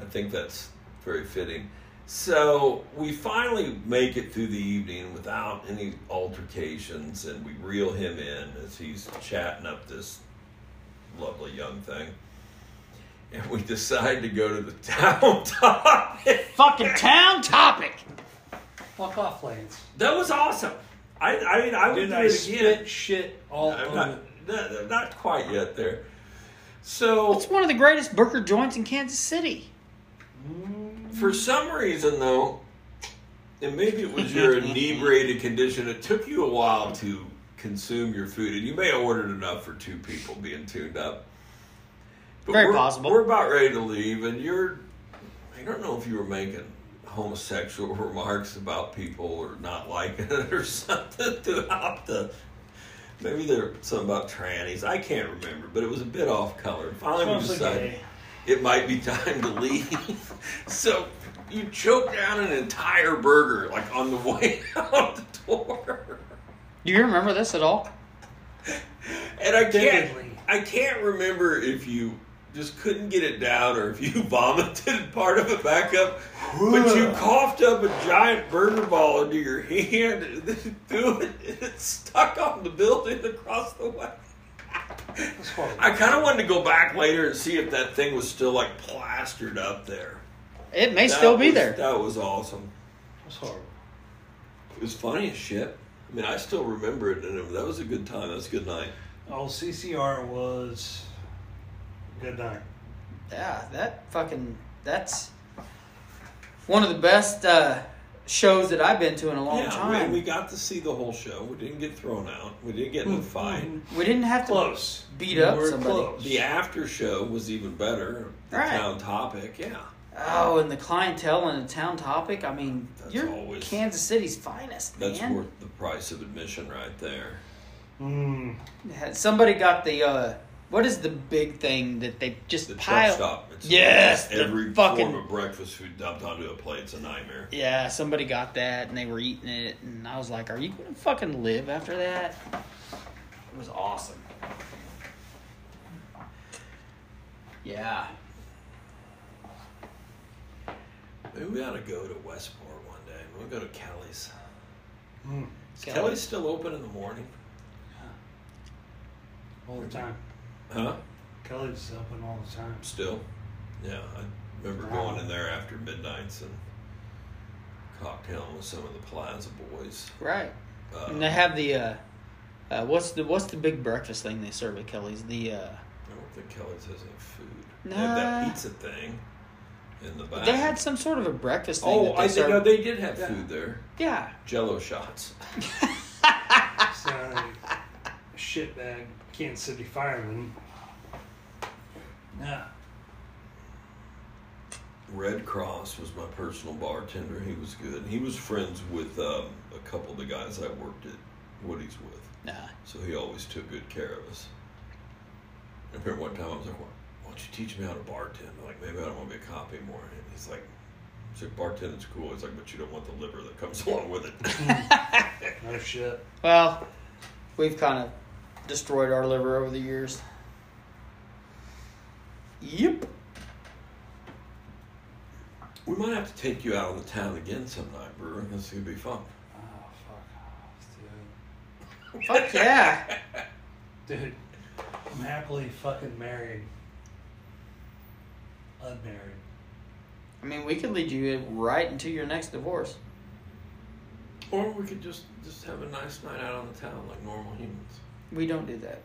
S2: I think that's very fitting. So we finally make it through the evening without any altercations, and we reel him in as he's chatting up this lovely young thing. And we decide to go to the town top.
S1: Fucking town topic.
S5: Fuck off, Lance.
S2: that was awesome. I, I mean, I would
S5: Did
S2: do
S5: I
S2: it again.
S5: spit shit all
S2: I'm
S5: over
S2: not, not, not quite yet there. So
S1: It's one of the greatest burger joints in Kansas City.
S2: for some reason, though, and maybe it was your inebriated condition, it took you a while to consume your food, and you may have ordered enough for two people being tuned up. But
S1: Very
S2: we're,
S1: possible.
S2: We're about ready to leave, and you're. I don't know if you were making homosexual remarks about people or not liking it or something throughout the. Maybe there were something about trannies. I can't remember, but it was a bit off color. Finally, we
S5: Sounds like
S2: decided
S5: gay.
S2: it might be time to leave. so you choke down an entire burger like on the way out the door.
S1: Do you remember this at all?
S2: And I can't
S5: Vividly.
S2: I can't remember if you just couldn't get it down or if you vomited part of it back up. But you coughed up a giant burger ball into your hand and then threw it and it stuck on the building across the way.
S5: That's horrible.
S2: I kinda wanted to go back later and see if that thing was still like plastered up there.
S1: It may
S2: That
S1: still be
S2: was-
S1: there.
S2: That was awesome.
S5: That's horrible.
S2: It was funny as shit. I mean, I still remember it, and it- that was a good time. That was a good night.
S5: Oh, CCR was good night.
S1: Yeah, that fucking that's one of the best uh, shows that I've been to in a long
S2: Yeah,
S1: time.
S2: we, we
S1: We,
S2: got to see the whole show. We didn't get thrown out. We didn't get in
S1: Mm-hmm.
S2: a fight.
S1: didn't have to
S5: Close.
S1: beat up
S5: We're
S1: somebody.
S5: close.
S2: The after show was even better. The
S1: Right.
S2: town topic, yeah.
S1: Oh, and the clientele and the town topic. I mean,
S2: That's
S1: you're
S2: always-
S1: Kansas City's finest,
S2: That's
S1: man.
S2: worth the price of admission right there.
S5: Mm.
S1: Had- Somebody got the uh, what is the big thing that they just
S2: The
S1: pile?
S2: truck stop. It's
S1: Yes, the
S2: every
S1: fucking-
S2: form of breakfast food dumped onto a plate. It's a nightmare.
S1: Yeah, somebody got that and they were eating it, and I was like, "Are you gonna fucking live after that?" It was awesome. Yeah.
S2: Maybe we ought to go to Westport one day. We'll go to Kelly's.
S5: Mm.
S2: Is
S1: Kelly's.
S2: Kelly's still open in the morning?
S5: All the time.
S2: Huh?
S5: Kelly's open all the time.
S2: still. Yeah, I remember going in there after midnights and cocktailing with some of the Plaza boys.
S1: Right.
S2: Uh,
S1: And they have the uh, uh, what's the what's the big breakfast thing they serve at Kelly's? The uh,
S2: I don't think Kelly's has any food. They had
S1: Nah.
S2: that pizza thing in the back.
S1: they had some sort of a breakfast thing.
S2: Oh,
S1: that they
S2: I think
S1: serve.
S2: no, they did have food there.
S1: yeah.
S2: Jello shots.
S5: So, shitbag Kansas City fireman. Yeah.
S2: Red Cross was my personal bartender. He was good. He was friends with um, a couple of the guys I worked at Woody's with.
S1: Nah.
S2: So he always took good care of us. I remember one time I was like, why, why don't you teach me how to bartend? I'm like, maybe I don't want to be a cop anymore. And he's like, It's like bartending's cool. It's like, but you don't want the liver that comes along with it.
S5: No shit.
S1: Well, we've kind of destroyed our liver over the years. Yep.
S2: we might have to take you out on the town again sometime, Brewer. This could be fun.
S5: Oh, fuck
S1: Fuck yeah.
S5: off, dude. Dude, I'm happily fucking married. Unmarried.
S1: I mean, we could lead you right into your next divorce.
S2: Or we could just just have a nice night out on the town like normal humans.
S1: We don't do that.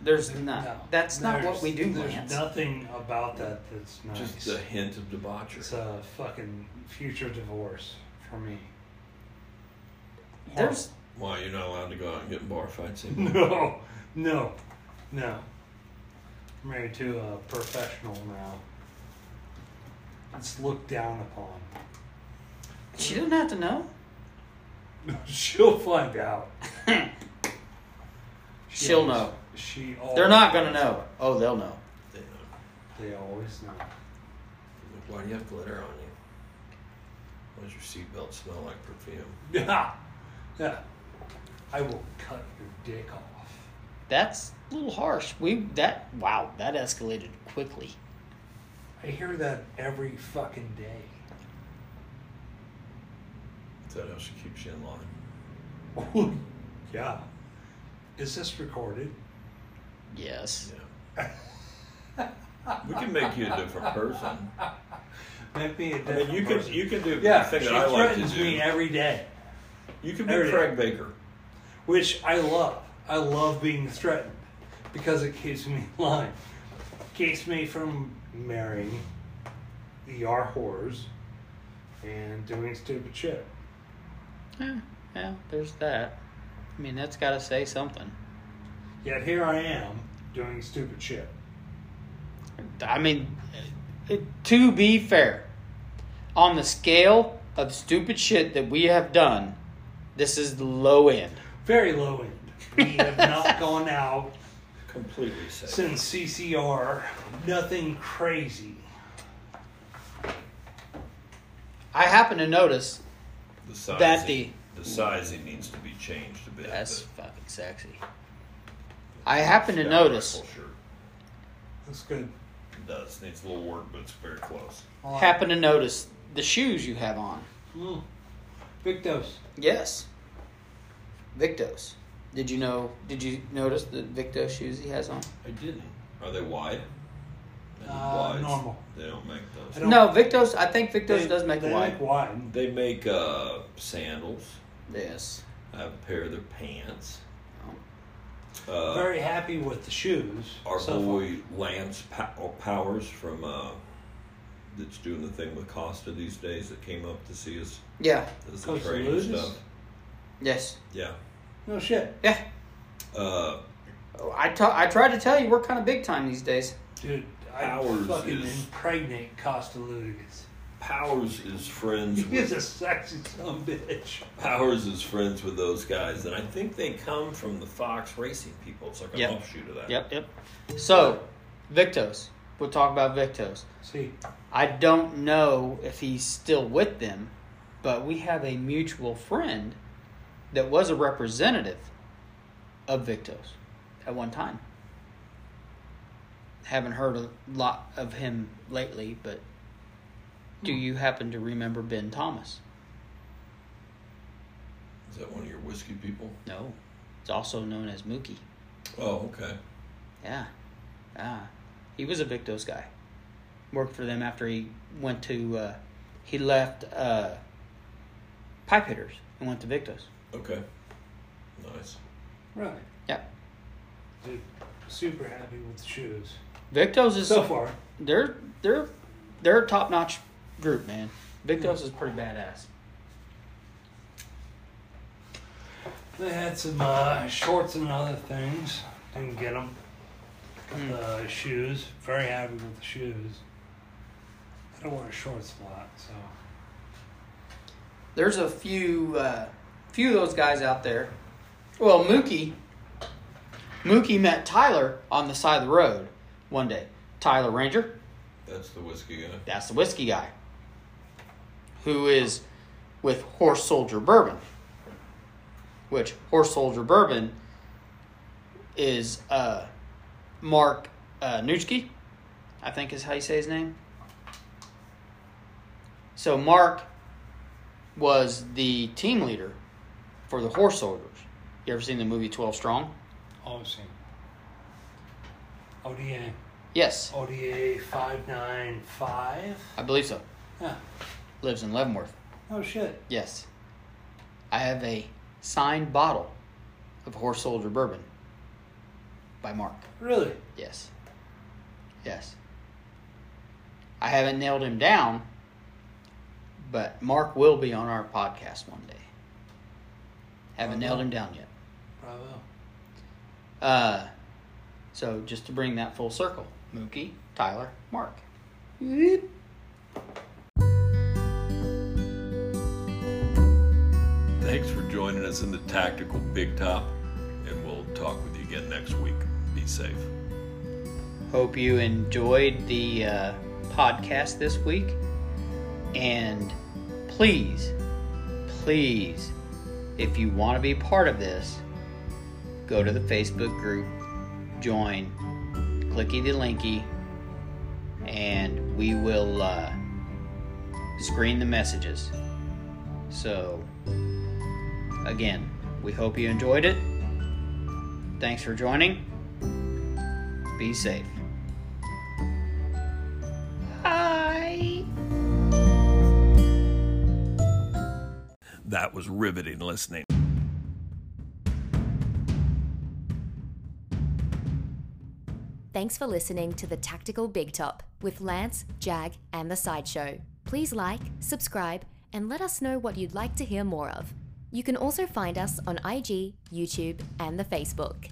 S1: There's not.
S5: No.
S1: That's not
S5: There's-
S1: what we do,
S5: There's
S1: Lance.
S5: nothing about that that's nice.
S2: Just a hint of debauchery.
S5: It's a fucking future divorce for me.
S1: There's
S2: Why you're not allowed to go out and get in bar fights? anymore?
S5: No, no, no. I'm married to a professional now. It's looked down upon.
S1: she doesn't have to know.
S5: She'll find out. She
S1: She'll
S5: always-
S1: know.
S5: She. Always,
S1: They're not gonna know. Oh, they'll know.
S2: They know.
S5: They always know.
S2: Why do you have glitter on you? Why does your seatbelt smell like perfume?
S5: Yeah, yeah. I will cut your dick off.
S1: That's a little harsh. We that wow, that escalated quickly.
S5: I hear that every fucking day.
S2: Is that how she keeps you in line?
S5: Oh, yeah. Is this recorded?
S1: Yes.
S2: Yeah. we can make you a different person.
S5: Make me a
S2: I mean, you could you could do
S5: yeah,
S2: the thing
S5: she
S2: that I like to
S5: threatens
S2: do.
S5: me every day,
S2: you could be
S5: every day.
S2: Craig Baker.
S5: which I love. I love being threatened because it keeps me in line, keeps me from marrying ER whores and doing stupid shit.
S1: Yeah, yeah, there's that. I mean that's gotta say something.
S5: Yet here I am doing stupid shit.
S1: I mean it, to be fair, on the scale of stupid shit that we have done, this is the low end.
S5: Very low end. We have not gone out
S2: Completely safe.
S5: since CCR. Nothing crazy.
S1: I happen to notice
S2: the size
S1: that
S2: he- the sizing needs to be changed a bit.
S1: that's
S2: but
S1: fucking sexy. I happen to
S2: that
S1: notice
S2: rifle Shirt
S5: That's good.
S2: does needs a little work, but it's very close.
S1: happen to notice the shoes you have on.
S5: Mm. Big dose.
S1: Yes. Victos. Did you know? Did you notice the Victo shoes he has on?
S2: I didn't. Are they wide? They need
S5: Uh,
S2: wides.
S5: normal.
S2: They don't make
S5: I
S2: those.
S5: don't-
S1: No, Victos. I think Victos does make
S5: they
S1: a wide.
S5: Make wine.
S2: They make uh, sandals.
S1: Yes.
S2: I have a pair of their pants.
S1: Oh.
S2: Uh,
S5: Very happy with the shoes.
S2: our
S5: so far.
S2: boy Lance Pow- Powers from uh, that's doing the thing with Costa these days that came up to see us
S1: Yeah.
S2: as the
S5: Costa
S2: training
S5: Lucas?
S2: stuff.
S1: Yes.
S2: Yeah.
S5: No shit,
S1: Yeah.
S2: Uh,
S1: Oh, I ta- I tried to tell you we're kind of big time these days.
S5: dude. I
S2: Powers
S5: fucking
S2: is-
S5: impregnate Costa Lucas.
S2: Powers is friends
S5: He is
S2: with
S5: a sexy son of a bitch.
S2: Powers is friends with those guys, and I think they come from the Fox Racing people. It's like an
S1: Yep.
S2: offshoot of that.
S1: Yep. So, Victos. We'll talk about Victos.
S5: See,
S1: I don't know if he's still with them, but we have a mutual friend that was a representative of Victos at one time. Haven't heard a lot of him lately, but do you happen to remember Ben Thomas?
S2: Is that one of your whiskey people?
S1: No. It's also known as Mookie.
S2: Oh, okay.
S1: Yeah. Yeah. He was a Victos guy. Worked for them after he went to, uh, he left uh, Pipe Hitters and went to Victos.
S2: Okay. Nice.
S5: right,
S1: Yeah.
S5: dude. Super happy with the shoes
S1: Victos is
S5: so far.
S1: they're they're they're a top notch group, man. Victos is pretty badass.
S5: They had some uh, shorts and other things. Didn't get them. The shoes. Very happy with the shoes. I don't wear shorts a lot, so
S1: There's a few uh, few of those guys out there. Well, Mookie Mookie met Tyler on the side of the road one day. Tyler Ranger,
S2: That's the whiskey guy.
S1: that's the whiskey guy. who is with Horse Soldier Bourbon, which Horse Soldier Bourbon is uh, Mark uh, Nutschke, I think is how you say his name. So Mark was the team leader for the Horse Soldiers. You ever seen the movie Twelve Strong?
S5: All the same. ODA.
S1: Yes,
S5: ODA 595?
S1: I believe so.
S5: Yeah.
S1: Lives in Leavenworth.
S5: Oh, shit.
S1: Yes. I have a signed bottle of Horse Soldier Bourbon by Mark.
S5: Really?
S1: Yes. Yes. I haven't nailed him down, but Mark will be on our podcast one day. Haven't nailed him down yet.
S5: Bravo.
S1: Uh, so just to bring that full circle, Mookie, Tyler, Mark.
S2: Thanks for joining us in the Tactical Big Top, and we'll talk with you again next week. Be safe.
S1: Hope you enjoyed the uh, podcast this week. And please, please, if you want to be part of this, go to the Facebook group, join, clicky the linky, and we will uh, screen the messages. So, again, we hope you enjoyed it. Thanks for joining. Be safe. Hi.
S2: That was riveting listening.
S4: Thanks for listening to the Tactical Big Top with Lance, Jag, and the Sideshow. Please like, subscribe, and let us know what you'd like to hear more of. You can also find us on IG, YouTube, and the Facebook.